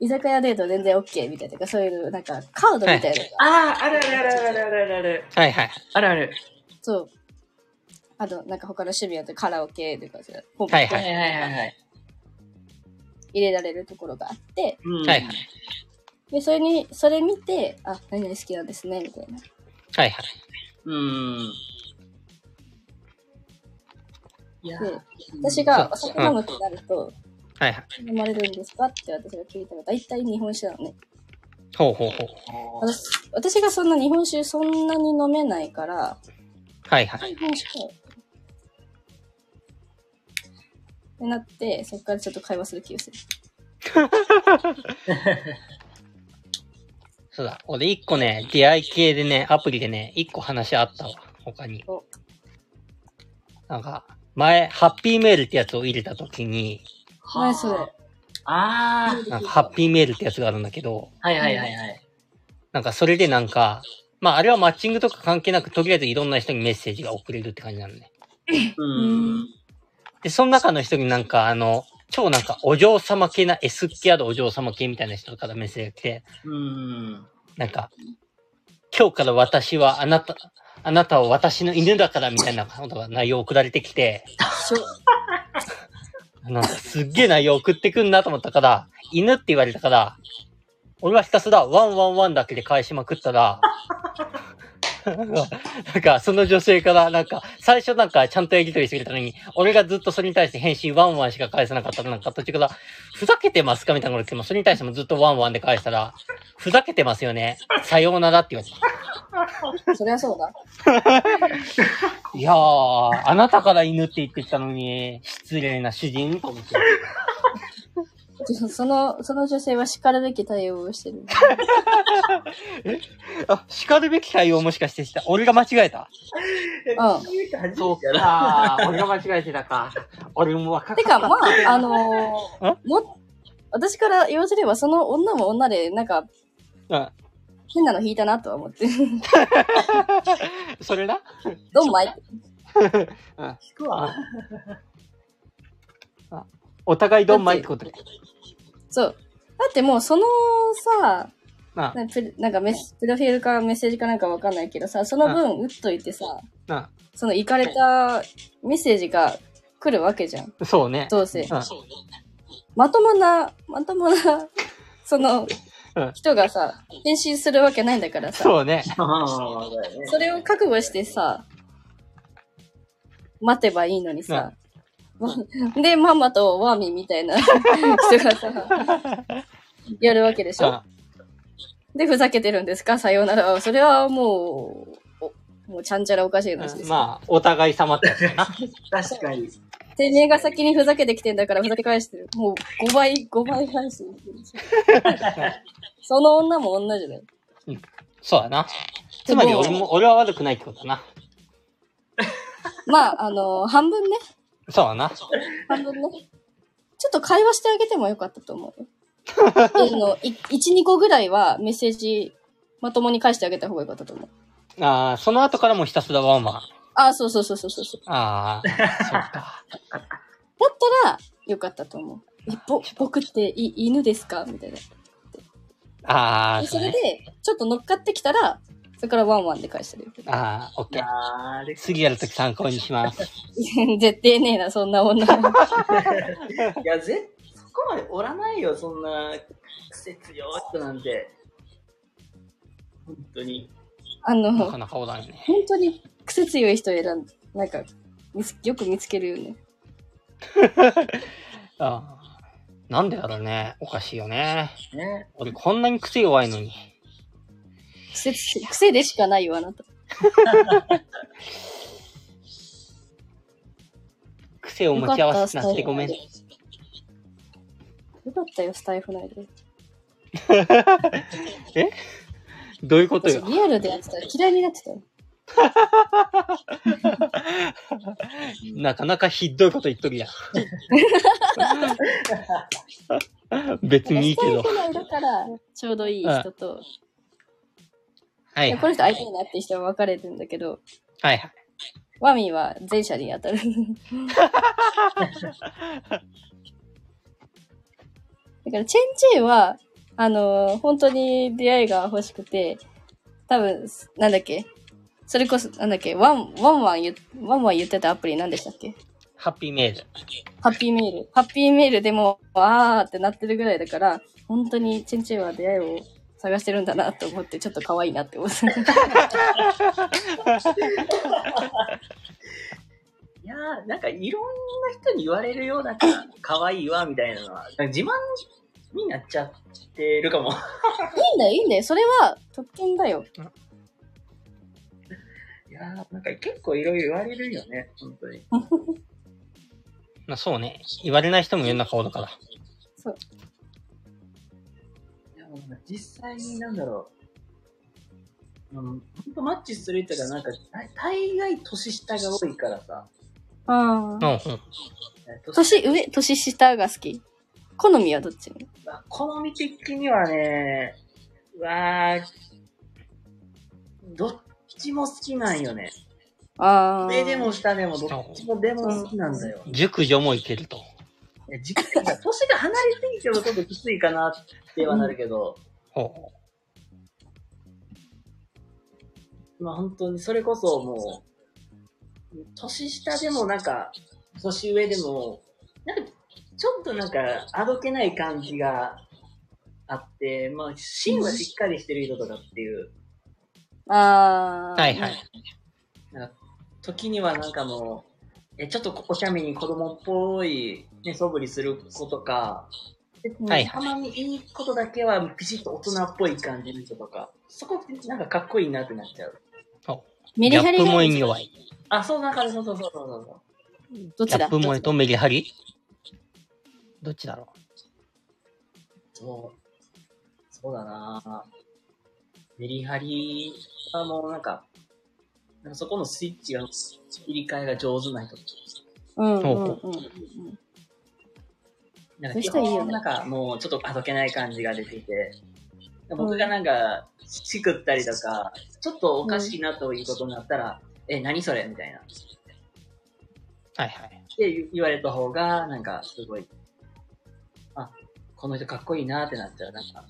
S3: 居酒屋デート全然 OK みたいな、そういう、なんか、カードみたいなのが、
S2: あー、あるあるあるあるあるあるある。
S1: はいはい。
S2: あるある。
S3: そう。あと、なんか他の趣味やってカラオケとかさ、ポンポ
S1: は
S3: ン
S1: いは
S2: はいいはいはいはい。
S3: 入れられるところがあって、
S2: うん
S1: はいはい。
S3: で、それに、それ見て、あ、何々好きなんですね、みたいな。
S1: はいはい。
S2: うん。いや
S3: で、私がお酒飲むってなると、
S1: はいはい。
S3: 飲まれるんですかって私が聞いたら、大体日本酒なのね。
S1: ほうほうほう。
S3: 私私がそんな日本酒そんなに飲めないから、
S1: はいはい
S3: 日。本酒かよってなって、そこからちょっと会話する気がする。
S1: そうだ。俺一個ね、出会い系でね、アプリでね、一個話あったわ。他に
S3: お。
S1: なんか、前、ハッピーメールってやつを入れたときに、
S2: はあ
S3: 何それ
S2: あ
S1: なんかハッピーメールってやつがあるんだけど、
S2: あ、はいはいはいはい。
S1: なんかそれでなんか、まああれはマッチングとか関係なく、とりあえずいろんな人にメッセージが送れるって感じなのね。
S3: う
S2: うん
S3: ん。
S1: で、その中の人になんかあの、超なんかお嬢様系な S 系あるお嬢様系みたいな人からメッセージが来て、
S2: うん。
S1: なんか、今日から私はあなた、あなたは私の犬だからみたいなことが内容送られてきて、
S3: 一緒。
S1: なんかすっげえ内容送ってくんなと思ったから、犬って言われたから、俺はひたすらワンワンワンだけで返しまくったら、なんか、その女性から、なんか、最初なんか、ちゃんとやりとりしてくれたのに、俺がずっとそれに対して返信ワンワンしか返さなかったら、なんか途中から、ふざけてますかみたいなこと言っても、それに対してもずっとワンワンで返したら、ふざけてますよね。さようならって言われた。
S3: そりゃそうだ。
S1: いやー、あなたから犬って言ってきたのに、失礼な主人と思って。
S3: その、その女性は叱るべき対応をしてる。
S1: あ、叱るべき対応もしかしてした。俺が間違えた。
S3: う
S1: そうか。俺が間違えてたか。俺も分か
S3: ん。てか、まあ、あのー
S1: ん
S3: も、私から言わせれば、その女も女で、なんか、
S1: うん。
S3: 変なの引いたなとは思って。
S1: それな。
S3: ドンマイって。
S1: うん。
S2: 聞くわ。
S1: あお互いドンマイってことで。
S3: そう。だってもう、そのさ、
S1: なあ、
S3: なプなんかメスプロフィールかメッセージかなんかわかんないけどさ、その分打っといてさ、
S1: な
S3: その行かれたメッセージが来るわけじゃん。
S1: あ、そうね。
S3: どうせ。
S1: うん。
S3: まともな、まともな、 その
S1: うん、
S3: 人がさ、返信するわけないんだからさ、
S1: そうね。
S2: ああ、だよね。
S3: それを覚悟してさ、待てばいいのにさ、 で、ママとワーミーみ たいな人がさ、やるわけでしょ
S1: あ
S3: で、ふざけてるんですかさようならは。それはもう、おもうちゃんちゃらおかしい話です。
S1: まあ、お互い様ってやつだな。
S2: 確かに。
S3: てめえが先にふざけてきてんだからふざけ返してる。もう5倍、5倍返してる。その女も女じゃない。
S1: そうだな。つまり俺も、俺は悪くないってことだな。
S3: まあ、あの、半分ね。
S1: そうだな。
S3: 半分ね。ちょっと会話してあげてもよかったと思うよ。あの、1、2個ぐらいはメッセージまともに返してあげた方がよかったと思う。
S1: ああ、その後からもひたすらワンワン。
S3: ああ、そうそうそうそうそうそう。
S1: ああ、そうか。
S3: だったらよかったと思う。え、ぼ、僕ってい犬ですかみたいな。
S1: あ
S3: で
S1: あ、
S3: そ
S1: そう
S3: れ
S1: ね。
S3: で、ちょっと乗っかってきたら、それからワンワンで返してるよ。
S1: ああ、オッケー。
S2: あれ、
S1: 次やるとき参考にします。
S3: 絶対ねえな、そんな女。
S2: いや、ぜ、そこまでおらないよ、そんな、癖強い人なんて。本当に。
S3: あの、
S1: なか
S3: 本
S1: なかおらんね。
S3: 当に癖強い人選んなんか、見つよく見つけるよね。
S1: ああ。なんでだろうね。おかしいよね。
S2: ね。
S1: 俺こんなに癖弱いのに。
S3: 癖つ、癖でしかないよ、あなた。
S1: 癖を持ち合わせになってごめん。
S3: よかったよ、スタイフ内で。
S1: どういうこと
S3: 私
S1: よ。
S3: リアルでやってたら嫌いになってたよ。
S1: なかなかひどいこと言っとるやん。別にいいけど
S3: スタ。イフ内だから、ちょうどいい人と、
S1: はいい
S3: や
S1: は
S3: この
S1: い。
S3: 人相手になってる人は分かれるんだけど、
S1: はいはい。
S3: ワミは前者に当たる。だから、チェンチェイは、あのー本当に出会いが欲しくて、多分、なんだっけそれこそ、なんだっけワン、ワンワン言、ワンワン言ってたアプリなんでしたっけ
S1: ハッピーメール。
S3: ハッピーメール。ハッピーメールでも、あーってなってるぐらいだから、本当にチェンチェイは出会いを探してるんだなと思って、ちょっと可愛いなって思って。
S2: いやー、なんかいろんな人に言われるようだから、可愛いわ、みたいなのは、なんか自慢になっちゃってるかも。
S3: いいんだよ、いいんだよ。それは特権だよ。
S2: いやー、なんか結構いろいろ言われるよね、本当に。
S1: まあそうね。言われない人も世の中おるから。
S3: そう。
S2: いや、もう実際になんだろう。うん、ほんとマッチする人がなんか、大大概年下が多いからさ。
S1: う
S3: あ
S1: んうん。
S2: え年
S3: 年上、年下が好き。好みはどっち
S2: まあ好み的にはね、うわー、どっちも好きなんよね。
S3: ああ。
S2: 上でも下でもどっちもでも好きなんだよ。
S1: 熟女もいけると。
S2: いや時間が年が離れていけばちょっときついかなってはなるけど、
S1: ほ
S2: まあ本当にそれこそもう、年下でもなんか、年上でも、なんか、ちょっとなんか、あどけない感じがあって、まあ、芯はしっかりしてる人とかっていう、
S3: あ
S1: う。
S3: あ。
S1: はいはい。。
S2: 時にはなんかもう、えちょっとおしゃべりに子供っぽい、ね、素振りする子とか、
S1: はい
S2: たまにいいことだけはピシッと大人っぽい感じの人とか、そこってなんかかっこいいなってなっちゃう。
S3: メリ
S1: ギャ
S3: ハ
S1: ッ
S3: リ
S1: プ
S3: が
S1: 萌えに弱い。
S2: あ、そうなんか、そうそうそうそうそう。
S3: どっ
S1: ギ
S3: ち
S1: ャ
S3: だ
S1: ップ萌えとメリハリどっちだろ
S2: そう。そうだなメリハリはもうなんか、なんかそこのスイッチが、切り替えが上手な人。
S3: うんうんうんうん。
S2: なんか
S3: そうい
S2: 基
S3: う人いいよ
S2: 本
S3: ね
S2: なんかもうちょっとあどけない感じが出てて、僕がなんか、しくったりとか、ちょっとおかしいなということになったら、え、何それみたいな。っ
S1: うはいはい。
S2: て言言われた方が、なんかすごい、あ、この人かっこいいなってなっちゃう。なんか、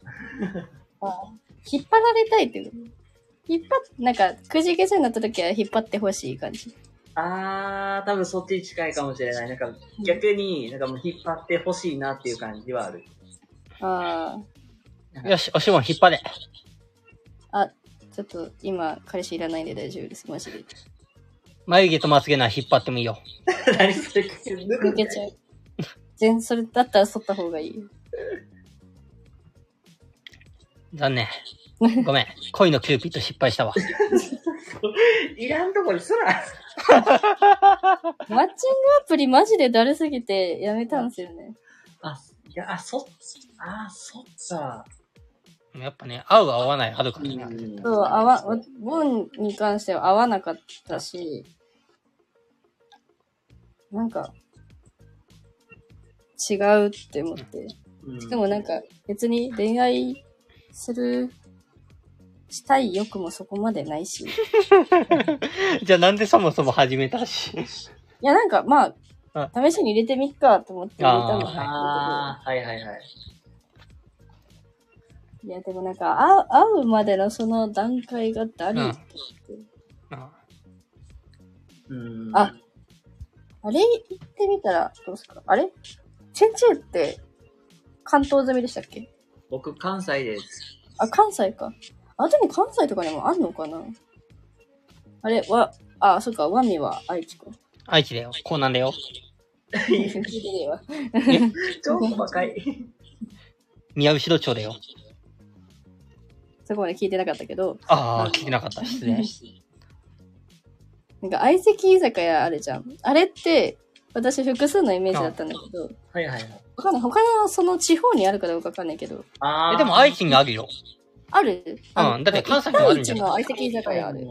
S3: 引っ張られたいっていう。引っ張っ、なんか、くじけそうになった時は引っ張ってほしい感じ。
S2: あー、多分そっちに近いかもしれない。なんか逆に、なんかもう引っ張ってほしいなっていう感じはある。
S3: あ
S1: よし、おしも引っ張れ。
S3: あ。あ、ちょっと今、彼氏いらないんで大丈夫です。マジで。
S1: 眉毛とまつげなら引っ張ってもいいよ。
S2: 何それ抜
S3: 抜けちゃう。全それだったら剃った方がいいよ。
S1: 残念。ご めん。恋のキューピッド失敗したわ。
S2: いらんとこですら。
S3: マッチングアプリマジでだるすぎてやめたんですよね。
S2: あ、いや、あ、そっ、あ、そっか。
S1: やっぱね、合う合わないあるからね。
S3: そう、合わ、わボンに関しては合わなかったし、なんか、違うって思って。
S2: うん
S3: しかもなんか、別に恋愛する、したい欲もそこまでないし。い
S1: じゃあなんでそもそも始めた し。
S3: や、なんか、ま
S1: あ、
S3: あ試しに入れてみっかと思って入れたの
S1: あ
S3: だ
S2: あーはいはいはい。
S3: いや、でもなんか、会う会うまでのその段階が誰だっけ、
S1: うん
S2: うん。
S3: ああれ行ってみたらどうすかあれチェンチェって関東済みでしたっけ
S2: 僕、関西です。
S3: あ、関西か。あ、でも関西とかにもあるのかなあれわ、あ、そっか、ワミは 愛知か。
S1: 愛知だよ。こうなんだよ。
S3: ギリギリは
S2: 超細かい。
S1: 宮後ろ町だよ。
S3: そこまで聞いてなかったけど、
S1: ああ、聞いてなかった。失礼。
S3: なんか相席居酒屋あるじゃん。あれって、私複数のイメージだったんだけど、
S2: はいはいはい。
S3: わかんない。他のその地方にあるかどうかわかんないけど、
S2: あー
S1: え、でも愛知にあるよ。
S3: ある
S1: うんだって関西にもあるんじゃ
S3: ん。
S1: ん
S3: 一対一の相席居酒屋ある。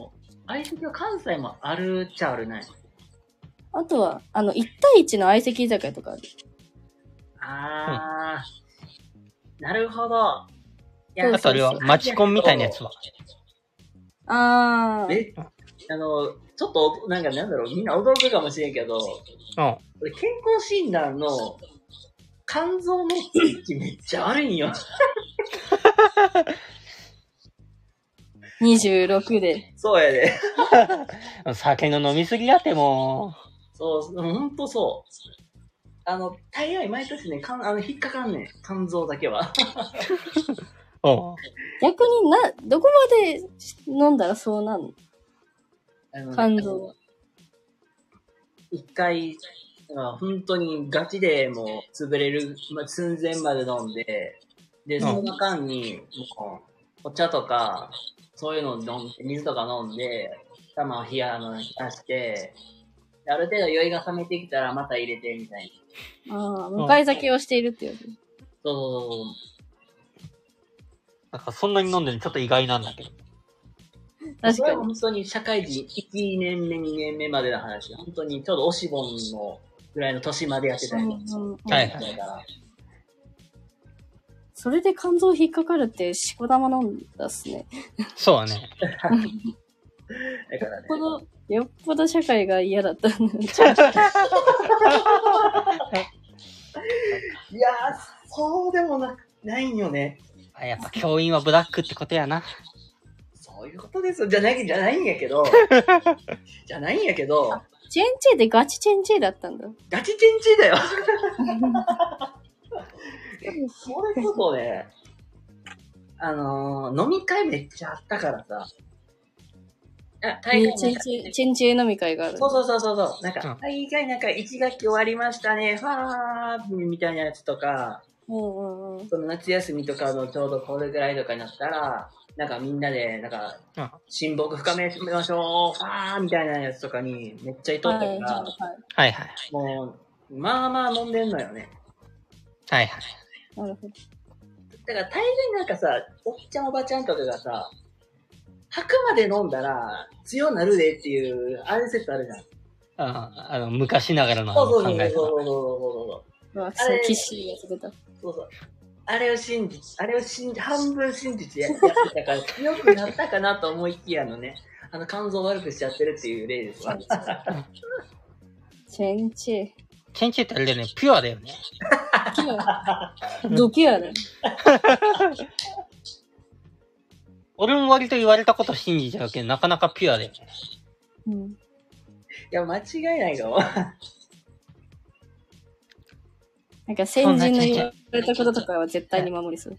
S2: 相席は関西もあるっちゃあるね。
S3: あとは、あの、1対1の相席居酒屋とかある。
S2: あー、なるほど。いや
S3: そう
S1: あとあれは、マチコンみたいなやつは。
S3: あー。
S2: え、あの、ちょっと、なんかなんだろう、みんな驚くかもしれんけど、
S1: うん。
S2: 俺健康診断の肝臓の位置めっちゃ悪いんよ。
S3: 26で。
S2: そうやで。
S1: 酒の飲みすぎだっても
S2: そう、ほんとそう。あの、大概毎年ね、かんあの引っかかんねん。肝臓だけは。
S1: う。うん。
S3: 逆にな、どこまで飲んだらそうなる
S2: あの
S3: の肝臓は。
S2: 一回、まあ、本当にガチでもう潰れる、まあ、寸前まで飲んで、で、その間に、もう、お茶とか、そういうのを飲んで、水とか飲んで、頭を冷や、あの、冷やして、である程度酔いが冷めてきたらまた入れて、みたいな。
S3: ああ、向かい酒をしているっていう。
S2: そうそうそう
S1: なんかそんなに飲んでるのちょっと意外なんだけど。
S3: 確
S2: それ
S3: か
S2: は
S3: に。
S2: 本当に社会人1年目、2年目までの話で、本当にちょうどおしぼんのぐらいの年までやってたりとか
S3: うんうんうん
S1: はいはい
S2: だから
S3: それで肝臓引っかかるって、しこ玉飲んだっすね。
S1: そうだね。
S2: だからね
S3: よっぽど、よっぽど社会が嫌だったんだ。
S2: いやー、そうでもな、ないんよね。
S1: あやっぱ教員はブラックってことやな。
S2: そういうことですよ。じゃない、じゃないんやけ ど。じゃないんやけど、
S3: チェンチェでガチチェンチェだったんだ。
S2: ガチチェンチだよ。それこそね、あのー、飲み会めっちゃあったからさ。あ、大
S3: ね
S2: 会
S3: チェンチェ、チェンチェ飲み会がある。
S2: そうそうそうそうそう。なん
S1: うん
S2: か、大概なんか一学期終わりましたね、ファーみたいなやつとか、
S3: うんうんうん。
S2: その夏休みとかのちょうどこれぐらいとかになったら、なんかみんなで、なんか
S1: うん、
S2: 親睦深めましょう、ファーみたいなやつとかにめっちゃいとった
S3: は
S2: か
S3: い、はい、
S2: ら、
S3: は
S1: はいはい。
S2: もう、まあまあ飲んでんのよね。
S1: はいはい。
S3: い。なるほど。
S2: だから大概なんかさ、おっちゃんおばちゃんとかがさ、吐くまで飲んだら強なるでっていう、あれ説あるじゃん。
S1: ああの昔ながらのあ
S2: そ
S1: の
S2: うそう
S1: 考
S2: そう
S1: え方。
S2: そうそうそう
S3: うわ、そう、きっしりやってた。
S2: そうそうそう。あれを信じ、あれを信じ、半分信じてややってたから、 強くなったかなと思いきやのね、あの肝臓を悪くしちゃってるっていう例 ですわ。
S3: チェンチェ。
S1: チェンチェってあれだよね、ピュアだよね。
S3: ピュア。ドピュアだ。
S1: 俺も割と言われたこと信じちゃうけど、なかなかピュアだよね。
S3: うん。
S2: いや、間違いないかも。
S3: なんか先人の言われたこととかは絶対に守りそう。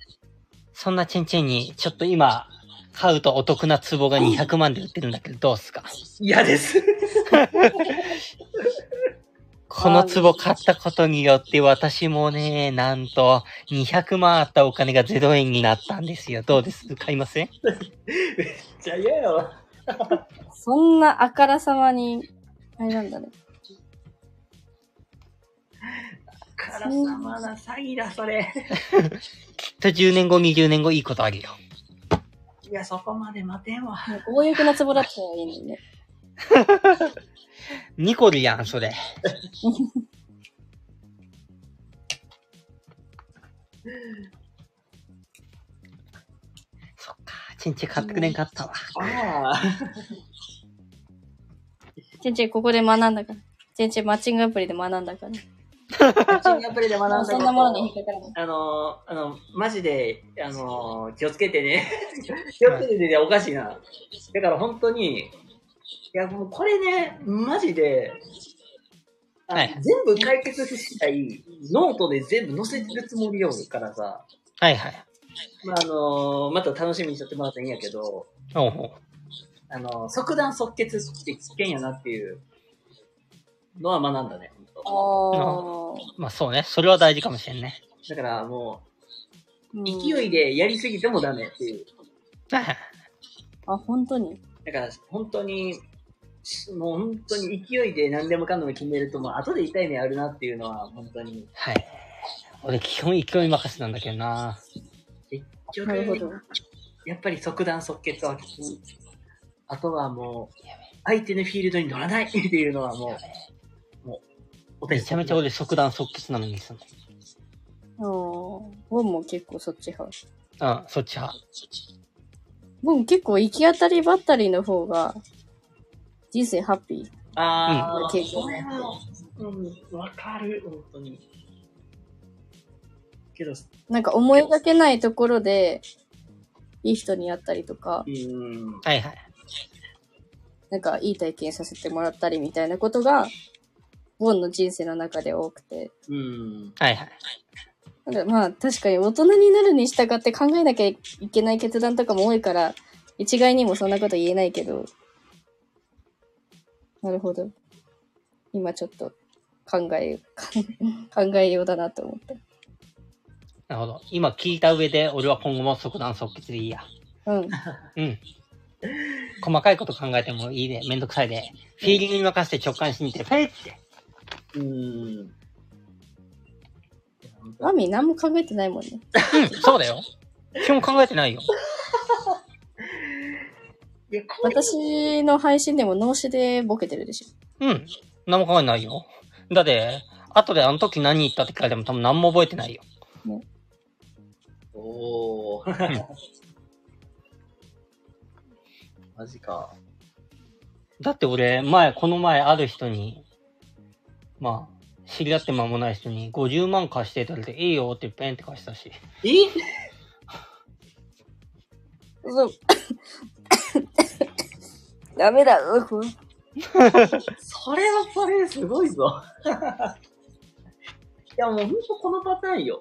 S1: そんなチェンチェンに、ちょっと今、買うとお得な壺が200万で売ってるんだけど、どうすか
S2: 嫌です。
S1: この壺買ったことによって私もね、なんと200万あったお金が0円になったんですよ。どうです買いません
S2: じゃあ嫌やわ。
S3: そんなあからさまに、あれなんだね。
S2: からさまな詐欺だ、それ。
S1: きっと10年後、20年後いいことあるよ。
S2: いや、そこまで待てんわ。
S3: なんか強欲なツボだったらいいのにね。
S1: ニコルやん、それ。そっか、チンチン買ってくれんかったわ。
S2: あ あ。
S3: チェンチェンここで学んだから。チェンチェンマッチングアプリで学んだから。
S2: マッチングアプリで学んだ
S3: まあ
S2: こと
S3: そんなものに引っかからない。
S2: あの、あの、マジで、あの、気をつけてね。 気をつけてね、おかしいな。だから本当に、いや、もうこれね、マジで、あの
S1: はい
S2: 全部解決したい、ノートで全部載せてるつもりよからさ、
S1: はいはい。
S2: まあ、あの、また楽しみにしとってもらったらいいんやけど、
S1: おうおう
S2: あの、即断即決って危険やなっていうのは学んだね、本当
S3: あ
S1: まあそうね。それは大事かもしれんね。
S2: だからも
S3: あ。
S2: う、勢
S3: い。
S2: いでやりすぎてもダメっていう。
S1: はいはい。
S3: あ、本当に。
S2: だから、本当に、しもう本当に勢いで何でもかんでも決めると、もう後で痛い目あるなっていうのは、本当に。
S1: はい。俺基本勢い任せなんだけどな。
S2: 結
S3: なるほど
S2: 局、。やっぱり即断即決はきつい。あとはもう、相手のフィールドに乗らないっていうのはもう、もう、お手
S1: めちゃめちゃ俺即断即決なのにすん
S3: あーボンも結構そっち派。
S1: の。うん、そっち派。
S3: ボン結構行き当たりばったりの方が、人生ハッピー。
S2: ああ、
S3: うん結構ね
S2: うん、わかる、本当に。けど、う
S3: なんか思いがけないところで、いい人に会ったりとか、
S2: ん、
S1: はいはい。
S3: なんかいい体験させてもらったりみたいなことが、ボンの人生の中で多くて。
S2: うん、
S1: はいはい。
S3: なんかまあ確かに大人になるに従って考えなきゃいけない決断とかも多いから、一概にもそんなこと言えないけど。なるほど。今ちょっと考え よう、考えようだなと思った。
S1: なるほど。今聞いた上で俺は今後も即断即決でいいや。
S3: うん。
S1: うん。細かいこと考えてもいいで、めんどくさいで。フィーリングに任せて直感しに行って、フェイって。
S2: うん。
S3: マミ何も考えてないもんね。
S1: うん、そうだよ。基本考えてないよ。
S2: いや、これ
S3: 私の配信でも脳死でボケてるでし
S1: うん。何も考えてないよ。だって、後であの時何言ったって聞かれても多分何も覚えてないよ。
S2: おお。マジか。
S1: だって俺、前、この前ある人に、まあ、知り合って間もない人に50万貸してって言われて、いいよってペンって貸したし。
S2: え
S3: ょ。そう。 ダメだ。うふ
S2: それはそれすごいぞ。 いやもうほんとこのパターンよ。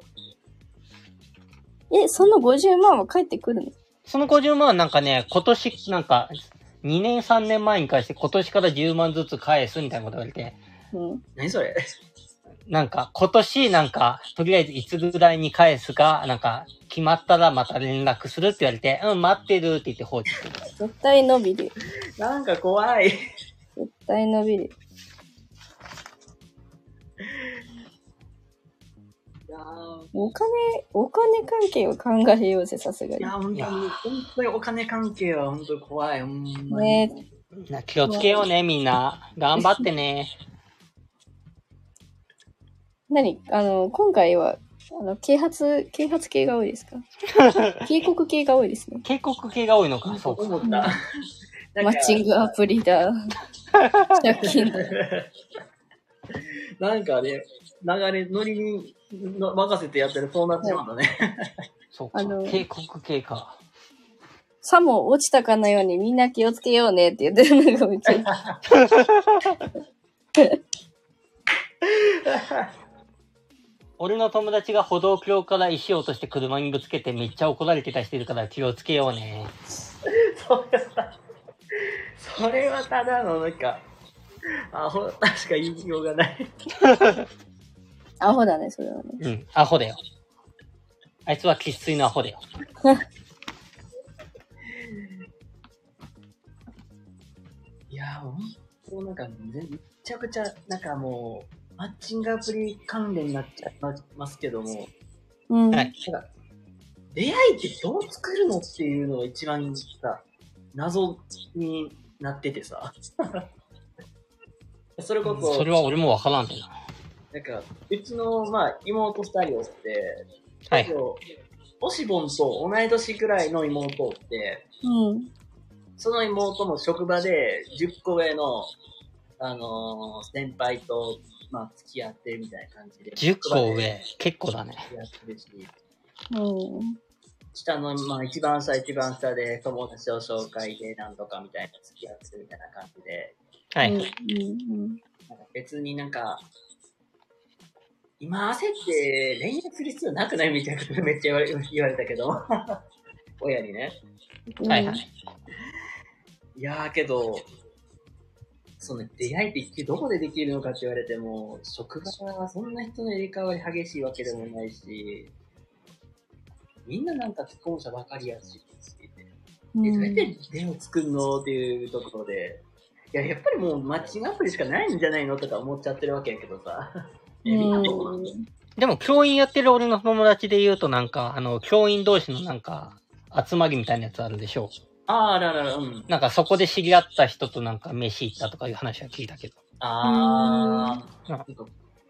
S3: え、その50万は返ってくるの
S1: その50万はなんかね、今年、なんか、2年3年前に返して今年から10万ずつ返すみたいなこと言われて、
S3: うん。
S2: 何それ
S1: なんか、今年、なんか、とりあえずいつぐらいに返すか、なんか、決まったらまた連絡するって言われて、うん、待ってるって言って放置する。
S3: 絶対伸びるよ。
S2: なんか怖い。
S3: 絶対伸びるよ。
S2: いやー
S3: お金、お金関係を考えようぜ、さすが
S2: い
S3: に
S2: や。本当
S1: い
S2: に、
S1: や
S2: 本当にお金関係は本当に怖い。ほんまに。
S3: ね
S1: みんな気をつけようね、みんな。頑張って ね。
S3: 何あの、今回は、あの、啓発、啓発系が多いで すか警告系が多いですね。
S1: 警告系が多いのか、
S2: そ
S1: そう
S2: う
S1: か。
S2: 思った。 なんか
S3: マッチングアプリだ。借金だ。
S2: なんかね、流れ、ノリにの任せてやってるそうなっちゃうんだね。
S1: そう
S3: あ
S1: か
S3: の。
S1: 警告系か。
S3: さも落ちたかのようにみんな気をつけようねって言ってるのがめっちゃ。
S1: 俺の友達が歩道橋から石を落として車にぶつけてめっちゃ怒られてた人いるから気をつけようね。
S2: それは、それはただのなんか、あほ、 確か言いようがない。
S3: アホだね、それはね。
S1: うん、アホだよ。あいつは生粋のアホだよ。
S2: いやー、ほんとなんか、めめちゃくちゃ、なんかもう、マッチングアプリ関連になっちゃいますけども、
S3: うん。
S1: はい
S2: なんか、出会いってどう作るのっていうのが一番さ、謎になっててさ。 それこそ、
S1: それは俺もわからんけどな。
S2: なんか、うちの、まあ、妹二人おって、
S1: はい。
S2: オシボンと同い年くらいの妹おって、
S3: うん。
S2: その妹も職場で10個上の、あのー先輩とまあ、付き合ってみたいな感じで。
S1: 10個上。結構だね。
S2: 付き合ってるし、
S3: おー
S2: 下の、まあ、一番下、一番下で友達を紹介でなんとかみたいな付き合ってみたいな感じで、
S1: は
S3: うん
S1: い。
S3: うん
S2: なんか別になんか、今焦って恋愛する必要なくないみたいなことめっちゃ言われ 言われたけど。親にね。
S3: うん。
S1: はいはい。
S2: いやーけど、その出会いって一体どこでできるのかって言われても、職場はそんな人の入れ替わり激しいわけでもないし、みんななんか既婚者ばかりやし、
S3: うん
S2: え、どうやって目を作るのっていうところで、いや、やっぱりもうマッチングアプリしかないんじゃないのとか思っちゃってるわけやけどさ。え、みんなどうなの
S1: でも、教員やってる俺の友達で言うとなんか、あの、教員同士のなんか、集まりみたいなやつあるでしょ
S2: あーあらあらあら、うん。
S1: なんかそこで知り合った人となんか飯行ったとかいう話は聞いたけど。
S2: あ
S1: う
S2: あ、
S1: ん
S2: なんか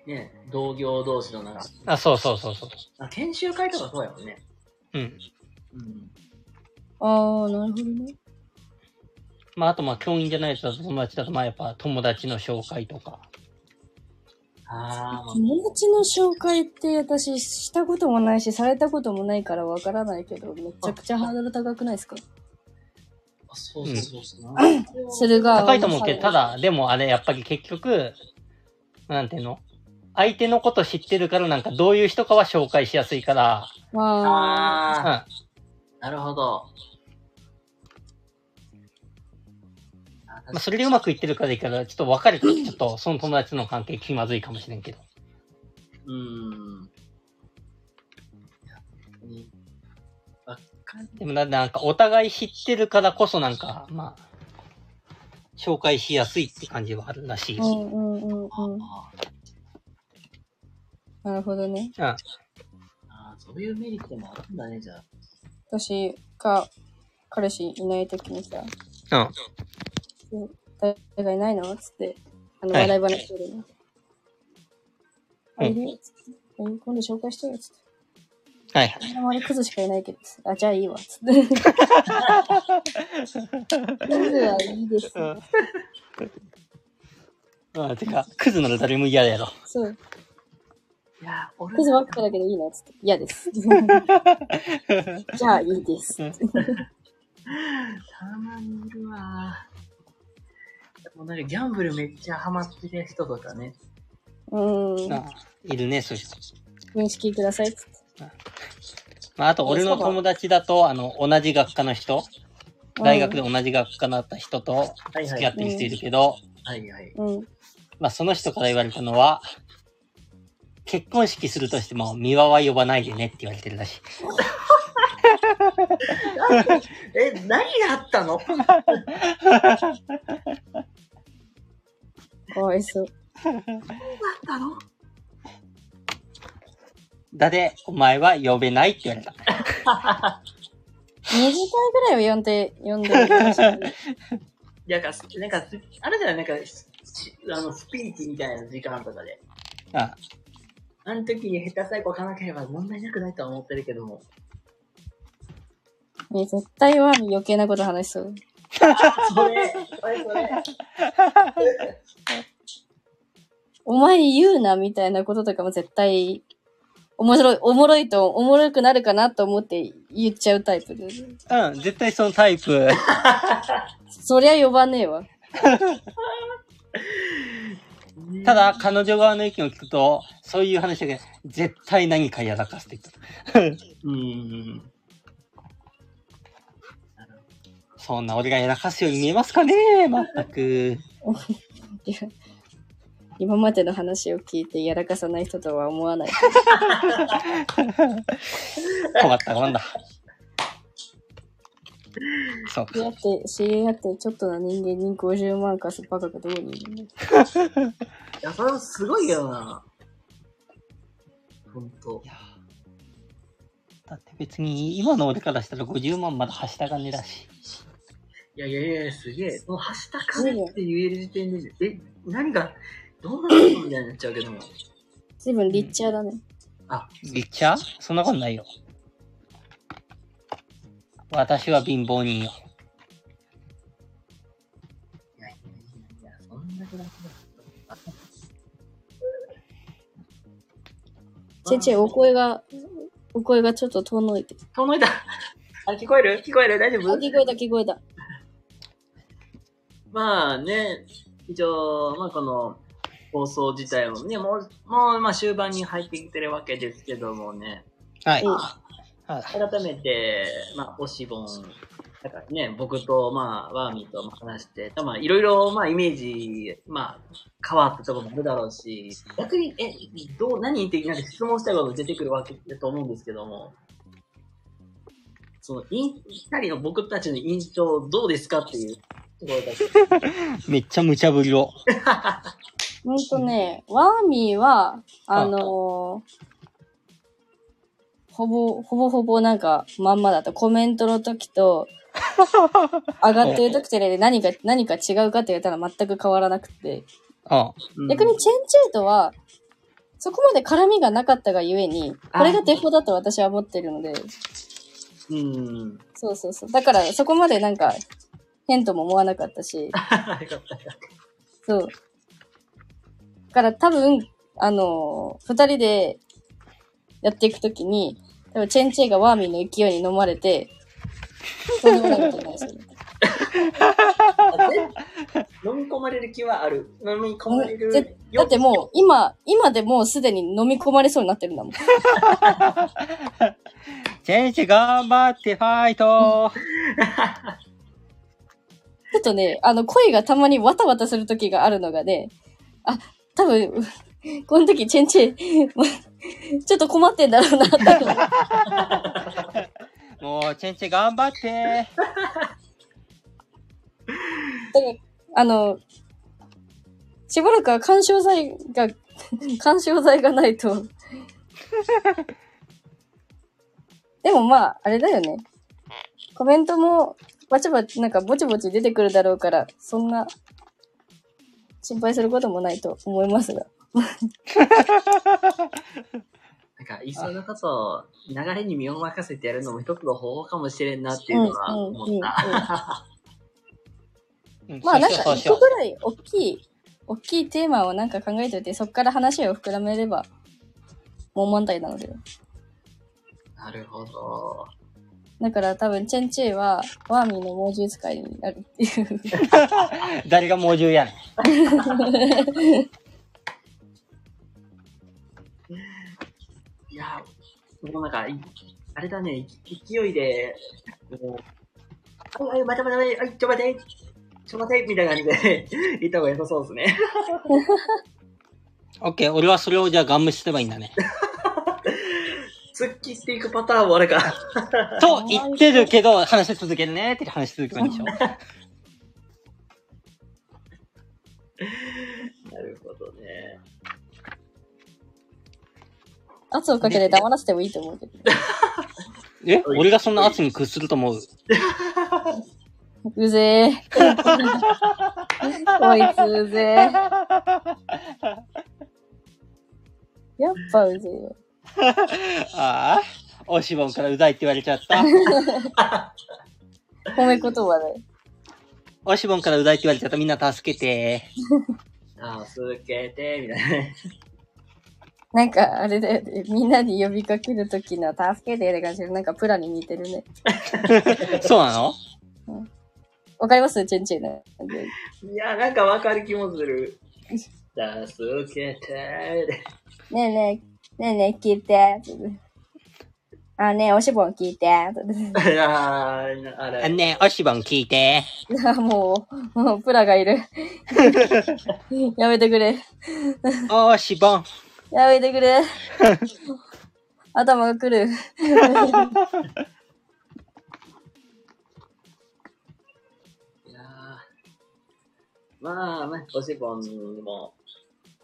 S2: ね、同業同士のなんか、
S1: あ、そうそうそうそう。
S2: あ研修会とかそうやもんね。
S1: うん。
S2: うん。
S3: ああ、なるほどね。
S1: まあ、あとまあ、教員じゃない人だと友達だと、まあやっぱ友達の紹介とか。
S2: ああ、まあ
S3: 友達の紹介って私したこともないし、されたこともないからわからないけど、めちゃくちゃハードル高くないですか
S2: あそうそうそうそう。
S3: それが。
S1: 高いと思うけど、ただ、でもあれ、やっぱり結局、なんていうの相手のこと知ってるから、なんかどういう人かは紹介しやすいから、
S3: わあ。
S1: うん。
S2: ああ、
S1: あ
S2: なるほど。あ確か
S1: まあ、それでうまくいってるからいいから、ちょっと別れて、ちょっとその友達との関係気まずいかもしれんけど。
S2: うーん。いや本当にわかん
S1: でもなんなんかお互い知ってるからこそなんか、まあ、紹介しやすいって感じはあるらしい。
S3: う
S1: うん。
S3: んうんうんうん。
S2: あ
S3: なるほどね。
S2: あ、そういうメリットもあるんだね、じゃあ。
S3: 私が彼氏いないときにさ、
S1: うん。
S3: 誰がいないのつって、あの、
S1: はい
S3: 笑い話してるの。
S1: うん
S3: あいるよつって。今度紹介してよ。つって。
S1: はい。
S3: あんまりクズしかいないけど、つってあ、じゃあいいわ。つ って。クズはいいです。
S1: うん。あ、てか、クズなら誰も嫌だやろ。
S3: そう。
S2: いや、俺
S3: クズばっかだけどいいな。つって。嫌 です。じゃあいいです。
S2: たまにいるわ。でもなんかギャンブルめっちゃハマってる人とかね。
S3: うん。
S1: あいるね、そういう人。
S3: 認識ください。つって。
S1: まあ、あと、俺の友達だと、あの、同じ学科の人、大学で同じ学科だった人と
S2: はいは
S1: 付
S2: い。
S1: き合ってる人いるけど、
S2: はいはい。
S3: うん。うん。
S1: まあ、その人から言われたのは、結婚式するとしても、三輪は呼ばないでねって言われてるらしい。
S2: え、何やったの
S3: かわいそう。
S1: だで、お前は呼べないって言われた。
S3: 二次会ぐらいは呼んで、呼んでるかもしれない。
S2: いや、なんか、なんかあれだよ、なんか、しあの、スピーチみたいな時間とかで。
S1: あ
S2: あの時に下手さえこかなければ問題なくないとは思ってるけども。
S3: ね絶対は余計なこと話しそう。
S2: それ、それ、それ。
S3: お前言うな、みたいなこととかも絶対、面白い、おもろいと、おもろくなるかなと思って言っちゃうタイプで。
S1: うん、絶対そのタイプ。
S3: そりゃ呼ばねえわ。
S1: ただ、彼女側の意見を聞くと、そういう話だけど、絶対何かやらかすって言って
S2: うーん。
S1: た。そんな俺がやらかすように見えますかねまったく。
S3: いや今までの話を聞いてやらかさない人とは思わない。
S1: 困った困った。そう
S3: 知り合って、知り合って、ちょっとの人間に50万貸すバカがどうにいるの
S2: いや、それもすごいよな。ほんと
S1: い。やだって別に今の俺からしたら50万まだはした金だし。
S2: いやいやいやいや、すげえ。もう、はしたかねって言える時点で、え、何が、どうなるのみたいになっちゃうけども。
S3: 随分リッチャーだね。
S2: あ、
S1: リッチャーそんなことないよ。私は貧乏人よ。
S2: いやいやいやいや、そんなぐらいだ。
S3: ちぇちぇ、お声が、お声がちょっと遠のいて。
S2: 遠のいた。あ、聞こえる聞こえる大丈
S3: あ、
S2: 夫
S3: 聞こえた、聞こえた。
S2: まあね、一応、まあこの放送自体もね、もう、もうまあ終盤に入ってきてるわけですけどもね、
S1: はい。
S3: うん
S1: はい
S2: 改めて、まあ、おしぼん、だからね、僕と、まあ、ワーミーとも話して、まあ、いろいろ、まあ、イメージ、まあ、変わったところもあるだろうし、逆に、え、どう、何って、なんか質問したいこと出てくるわけだと思うんですけども、その、イン、二人の僕たちの印象、どうですかっていうところだけ。
S1: めっちゃ無茶ぶりを。
S3: ほんとね、ワーミーは、あのーほぼ、ほぼほぼなんか、まんまだった。コメントの時と、上がってる時とね、何が、何か違うかって言ったら全く変わらなくて。
S1: あ
S3: 逆にチェンチェイとは、そこまで絡みがなかったがゆえに、これがデフォだと私は思ってるので、
S2: うん。 うん。
S3: そうそうそう。だから、そこまでなんか、変とも思わなかったし、
S2: よかった。
S3: そう。だから多分、あのー二人でやっていくときに、多分チェンチェイがワーミーの勢いに飲まれて、とんでもないことになりそう
S2: あで飲み込まれる気はある。飲み込まれる
S3: ぜ
S2: よ。
S3: だってもう、今、今でもうすでに飲み込まれそうになってるんだもん。
S1: チェンジ頑張ってファイト
S3: ちょっとね、あの、声がたまにわたわたする時があるのがね、あ、多分、うこの時、チェンチェン、ま ちょっと困ってんだろうな、多分。
S1: もう、チェンチェ頑張って
S3: あの、しばらくは干渉剤が、 干渉剤がな いと。でもまあ、あれだよね。コメントも、バチバチ、なんかぼちぼち出てくるだろうから、そんな、心配することもないと思いますが。
S2: なんか、いっそのこと、流れに身を任せてやるのも一つの方法かもしれんなっていうのは
S3: うんうん
S2: 思った。
S1: うん
S3: まあ
S1: そ
S3: な
S1: うんしよう
S3: か
S1: そうし
S3: 一
S1: よ
S3: 個
S1: う
S3: ぐらい大きい、大きいテーマをなんか考えておいて、そこから話を膨らめれば、もう問題なので。
S2: なるほど。
S3: だから多分、チェンチェイは、ワーミーの猛獣使いになるっていう。
S1: 誰が猛獣やねん。
S2: いや、もうなんか、いあれだね、い勢いで、もう、あい、あい、待て待て待て、あい、ちょ待て、ちょ待て、みたいな感じで 言った方が良さそうですね。
S1: オッケー、俺はそれをじゃあガン無視すればいいんだね。
S2: 突っ切っていくパターンもあるから。
S1: と言ってるけど、話し続けるねって話し続けばいいんでしょ。
S2: なるほどね。
S3: 圧をかけて黙らせてもいいと思うけど。
S1: え俺がそんな圧に屈すると思う。
S3: うぜえ。こいつうぜえ。やっぱうぜえよ。
S1: ああ、おしぼんからうざいって言われちゃった。
S3: 褒め言葉だよ。
S1: おしぼんからうざいって言われちゃった。みんな助けて。
S2: ああ、続けて、みたいな ね。
S3: なんかあれだよね。みんなに呼びかけるときの助けてって感じで、なんかプラに似てるね。
S1: そうなの
S3: わかりますチェンチェンの。
S2: いや、なんかわかる気もする。助けて。
S3: ねえねえ、ねえねえ、聞いて。あ、ねえ、おしぼん聞いて。
S2: あーあ
S1: あ
S2: れ。
S1: ねえ、おしぼん聞いて。
S3: あ もう、もうプラがいる。 やめてくれ。
S1: おしぼん。
S3: やめてくれ。頭がくる。
S2: いやーまあ、ね、おしぼんにも、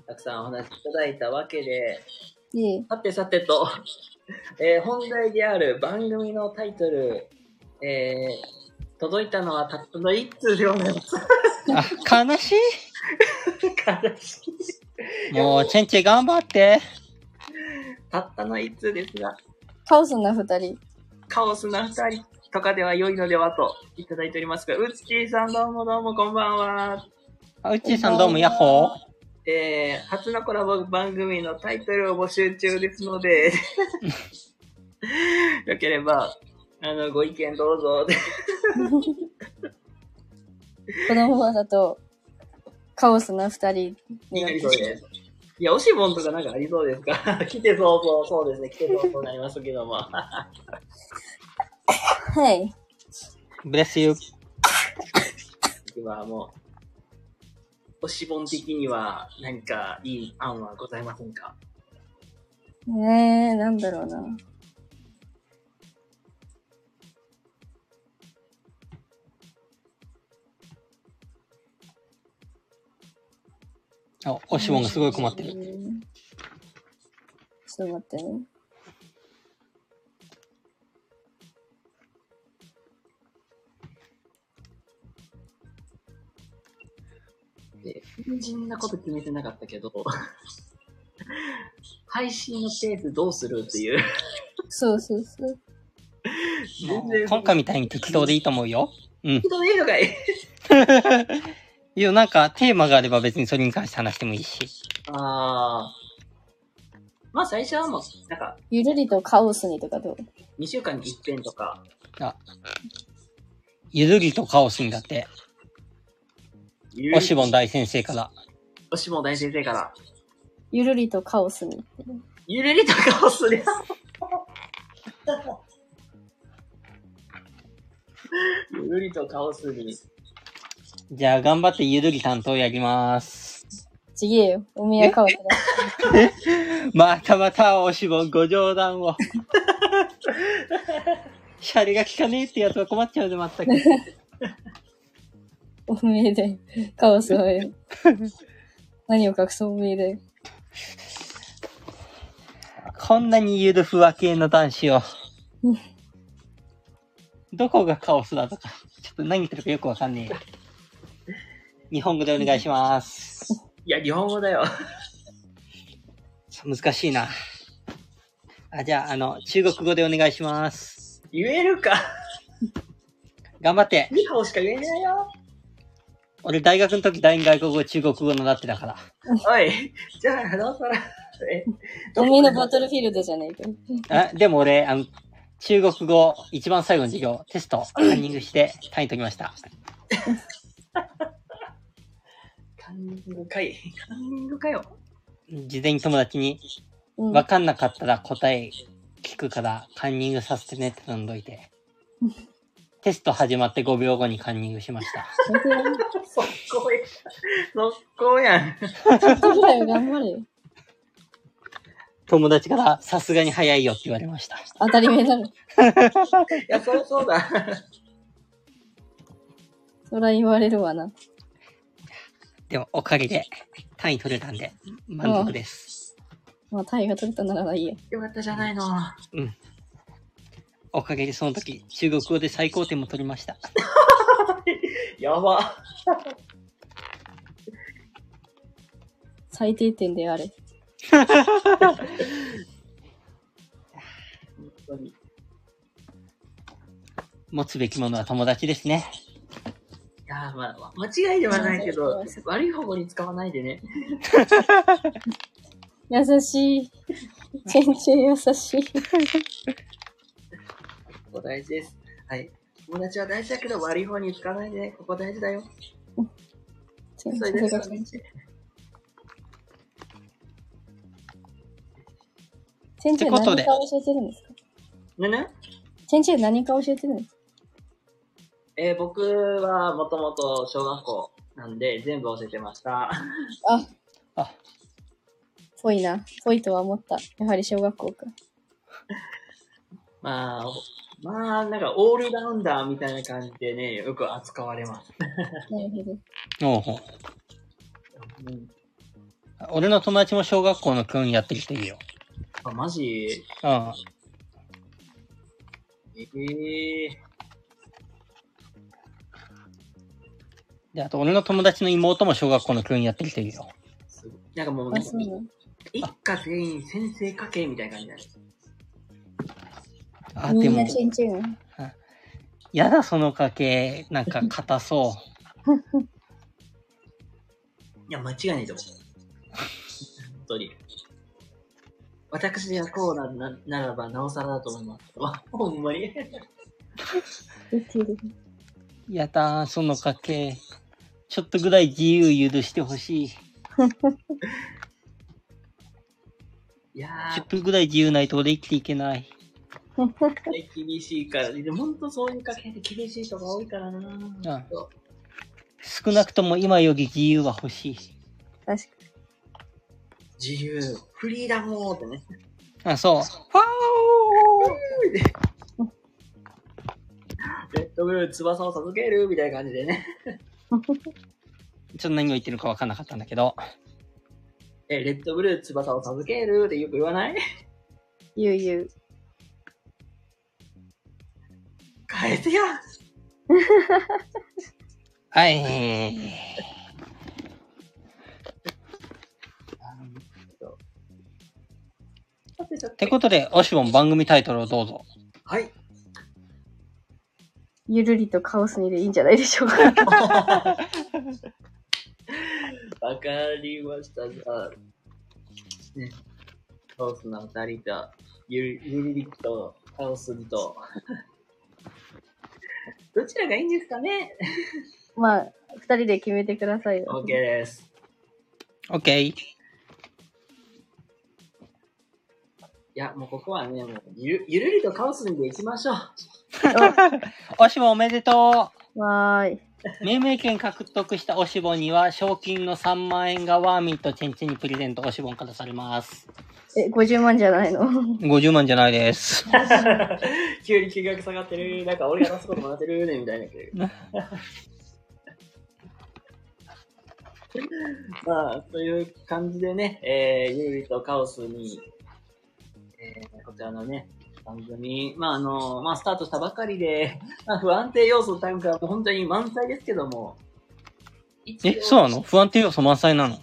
S2: たくさんお話いただいたわけで、
S3: いい。
S2: さてさてと、 えー本題である番組のタイトル、えー届いたのはたったの1通でございます。
S1: あ、悲し
S2: 悲し
S1: い。
S2: い。
S1: もう、チェンチェ頑張って。
S2: たったの1通ですが、
S3: カオスな二人。
S2: カオスな二人とかでは良いのではといただいておりますが、うっちーさんどうもどうもこんばんは。
S1: あうっちーさんどうも、ヤッホー。
S2: えー、初のコラボ番組のタイトルを募集中ですの で、よければ、あの、ご意見どうぞ。
S3: このままだと、カオスな二人に
S2: に
S3: な
S2: な
S3: っ
S2: り
S3: て
S2: そう
S3: しま
S2: で
S3: う
S2: す。いや、おしぼんとかなんかありそうですか 来てそうそう、そうですね。来てそうそうなりますけども。
S3: はい。
S1: Bless you.
S2: 今はもう、おしぼん的には何かいい案はございませんか
S3: ねえ、なんだろうな。
S1: あ、おしぼんがすごい困ってる。
S3: うんちょっと待ってね。
S2: 肝心なこと決めてなかったけど、 配信のペースどうするっていう。
S3: そうそうそう。
S1: 今回みたいに適当でいいと思うよ。うん。
S2: 人でいいのかい
S1: いや、なんかテーマがあれば別にそれに関して話してもいいし。
S2: あー。まあ最初はもう、なんか、
S3: ゆるりとカオスにとかどう
S2: 2週間に1遍とか、
S1: ゆるりとカオスにだって、
S2: ゆ
S1: おしぼん大先生から。
S2: おしぼん大先生から、
S3: ゆるりとカオスに。
S2: ゆれりとかをする。 ゆるりとカオスに。
S1: じゃあ頑張ってゆるり担当やります。
S3: ちげえよ。おみやカオスだ。
S1: またまたおしぼんご冗談 を。シャレが効かねえってやつは困っちゃうで、まったく。
S3: おめえだよ。カオスはよ。何を隠そうおめえだよ。
S1: こんなにゆるふわ系の男子を。どこがカオスだとか、ちょっと何言ってるかよくわかんねえよ。日本語でお願いします。
S2: いや、日本語だよ。
S1: 難しいな。あ、じゃあ、あの、中国語でお願いします。
S2: 言えるか。
S1: 頑張って。
S2: ニハオしか言えないよ。
S1: 俺、大学の時、第二外国語、中国語習ってたから。
S2: おい、じゃあ、どうするえ
S3: おめえのバトルフィールドじゃねえかよ。
S1: あでも俺、あの、中国語、一番最後の授業、テスト、ランニングして、単位取りました。
S2: カンニングかい。カンニングかよ。
S1: 事前に友達に、
S3: うん。
S1: わかんなかったら答え聞くから、カンニングさせてねって頼んどい て。テスト始まって5秒後にカンニングしま した。
S3: ベテラン
S2: 速攻や。速攻やん。
S3: ちょっとぐらいは頑張れよ。
S1: 友達から、さすがに早いよって言われました。
S3: 当たり前だろ。
S2: いや、そうそうだ。
S3: そら言われるわな。
S1: でも、おかげで、単位取れたんで、満足です。
S3: まあ、タイが取れたならばいいよ。
S2: よかったじゃないの。
S1: うん。おかげでその時、中国語で最高点も取りました。
S2: やば。
S3: 最低点であれ。
S2: 本当に。
S1: 持つべきものは友達ですね。
S2: いやー、まあ、間違いではないけど、悪い方向に使わないでね。
S3: 優しい。全然優しい。
S2: ここ大事です。はい。友達は大事だけど、悪い方に使わないでね。ここ大事だよ。
S3: 全
S2: そ
S3: 然
S2: れで
S3: 優し
S2: す
S3: い
S2: よ。ね。
S3: 先生
S1: ってことで
S3: 何か教えてるんですか
S2: ねね
S3: 先生何か教えてるんですか
S2: えー僕はもともと小学校なんで、全部教えてました。
S3: あ、
S1: あ、
S3: ぽいな。ぽいとは思った。やはり小学校か。
S2: まあ、まあ、なんかオールラウンダーみたいな感じでね、よく扱われます。
S3: なるほど。
S1: おうほう
S2: うん
S1: 俺の友達も小学校の教員やってる人いるよ。
S2: あ、マジ
S1: うん。
S2: ええ
S1: で、あと俺の友達の妹も小学校の教員やってる人いるよ。
S2: すごいなんかもう、
S3: あ、そうなの。
S2: 一家全員先生家系みたいな感じだね。
S1: あ、
S3: み
S1: で
S3: んな
S1: も、
S3: チンチン。
S1: やだその家系、なんか硬そ
S2: いや、間違いないと思う。
S1: う。
S2: 本当に。私がこうなんなならば、なおさらだと思います。わ、ほんまに。
S3: 出てる。
S1: やだー、その家系。ちょっとぐらい自由許してほしい。
S2: いや
S1: ちょっとぐらい自由ないと俺生きていけない。
S2: ー、厳しいから。でも本当そういう家系って厳しい人が多いからな。
S1: あ少なくとも今より自由は欲しい。
S3: 確か
S2: 自由、フリーダムってね。
S1: あ、そう。
S2: レッドブルー翼を授けるみたいな感じでね。
S1: ちょっと何を言ってるか分かんなかったんだけど。
S2: え、レッドブルー翼を授けるってよく言わない
S3: に。ゆうゆう。
S2: 返せよ
S1: はい。ってことで、オシボン番組タイトルをどうぞ。
S2: はい。
S3: ゆるりとカオスにでいいんじゃないでしょうか。
S2: わかりました。じゃあ、ね、カオスな二人と、ゆゆりりと、カオスにと、 どちらがいいんですかね
S3: まあ、二人で決めてくださいよ。
S2: ?OK です。
S1: OK。
S2: いや、もうここはね、もうゆゆるりとカオスにでいきましょう。
S1: オシボンおめでと
S3: わーい。
S1: う命名権獲得したオシボンには、賞金の3万円がワーミーとチェンチェンにプレゼントオシボンからされます。
S3: え、50万じゃないの
S1: 50万じゃないです。
S2: 急に金額下がってる、なんか俺が出すこともらってるね、みたいな けど。まあ、という感じでね、えー、ゆるりとカオスに、えー、こちらのね、番組、まああの、まあスタートしたばかりで、まあ不安定要素の単価はもう本当に満載ですけども。一応
S1: え、そうなの不安定要素満載なの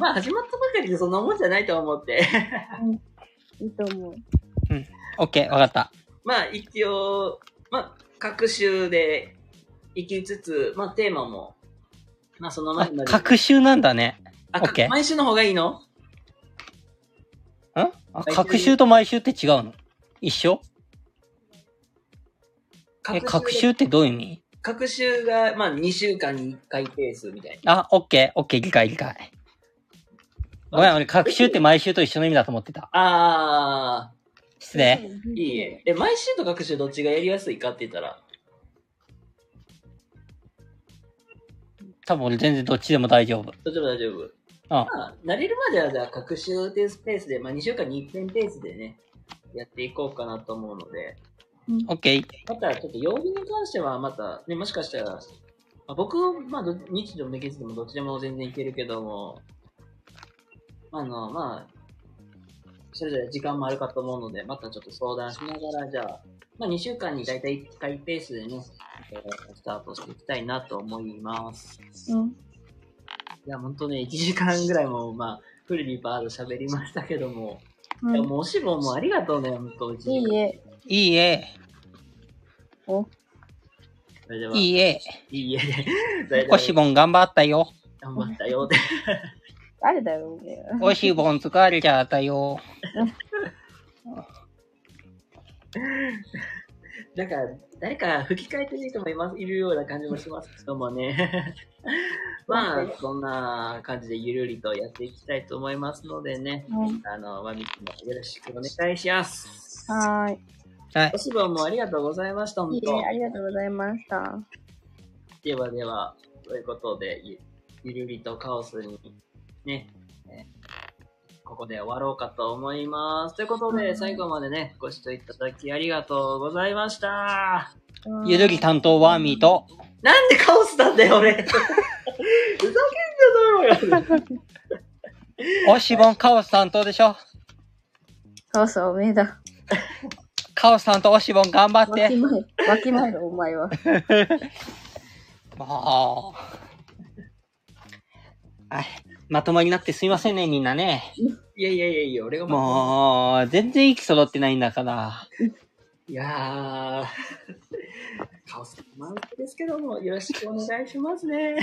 S2: まあ始まったばかりでそんなもんじゃないと思って。
S3: いいと思う。
S1: ?OK、わかった。
S2: まあ一応、まあ各種で行きつつ、まあテーマも、まあその
S1: あ
S2: 前ま、で。
S1: 各週なんだね。
S2: あ、か
S1: OK
S2: 毎週の方がいいの
S1: んあ、各週と毎週って違うの一緒え、各週ってどういう意味
S2: 各週が、まあ2週間に1回ペースみたい
S1: あ、オッケー、オッケー、理解、理解。ごめん、俺、各週って毎週と一緒の意味だと思ってた。
S2: な。あ
S1: 失礼。
S2: ー、いいえ。え、毎週と各週どっちがやりやすいかって言ったら、
S1: 多分俺全然どっちでも大丈夫。
S2: 大丈夫大丈夫。
S1: あ
S2: まあ、慣れるまではじゃあ各週ペースペースで、まあ2週間に1遍ペースでね、やっていこうかなと思うので、
S1: オッケー。
S2: またちょっと曜日に関してはまた、ね、もしかしたら、まあ、僕、まあど、日でも月でもどっちでも全然いけるけども、まああの、まあ、それぞれ時間もあるかと思うので、またちょっと相談しながら、じゃあ、まあ2週間にだいたい1回ペースでね、えースタートしていきたいなと思います。
S3: うん。
S2: いや、ほんとね、1時間ぐらいも、まあ、フルにバード喋りましたけども、
S3: う
S2: いや
S3: ん、
S2: もうおしぼもありがとうね、ほんと。一時
S3: い
S2: 間
S3: いえ。
S1: いいえ、
S3: お、
S2: それでは、い
S1: いいえ。
S2: いえ で。それでは
S1: おしぼん頑張ったよ。
S2: 頑張ったよって。
S3: 誰だよ、みたいな。
S1: おしぼん疲れちゃったよ。
S2: なんか、誰か吹き替えてる人もいますいるような感じもしますけども ね。まあ、そんな感じでゆるりとやっていきたいと思いますのでね。
S3: うん
S2: あの、ワミキもよろしくお願いします。
S3: はーい。
S1: はい
S2: お。しぼんもありがとうございました、本
S3: いい
S2: 当
S3: え、ありがとうございました。
S2: ではでは、ということで、ゆゆるりとカオスにね、えここで終わろうかと思います。ということで、最後までね、ご視聴いただきありがとうございました。
S1: ゆるぎ担当ワーミーと、
S2: なんでカオスなんだよ、俺。ふざけんじゃないわよ。
S1: おしぼんカオス担当でしょ。
S3: そうそう、おめえだ。
S1: カオス担当おしぼん頑張っ
S3: わき
S1: て。
S3: まえ、わきまえろ、お前は。
S1: もう。はい。まとまりなくてすいませんね、みんなね。
S2: いやいやいやいや、俺がも
S1: もう、全然息揃ってないんだから。
S2: う。いやー。カオス満腹ですけども、よろしくお願いしますね。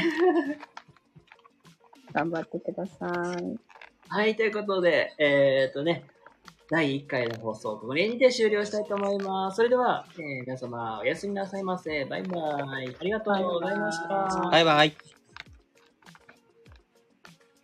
S4: 頑張ってください。
S2: はい、ということで、えー、っとね、第1回の放送、これにて終了したいと思います。それでは、えー皆様、おやすみなさいませ。バイバイ。ありがとうございました。
S1: バイバイ。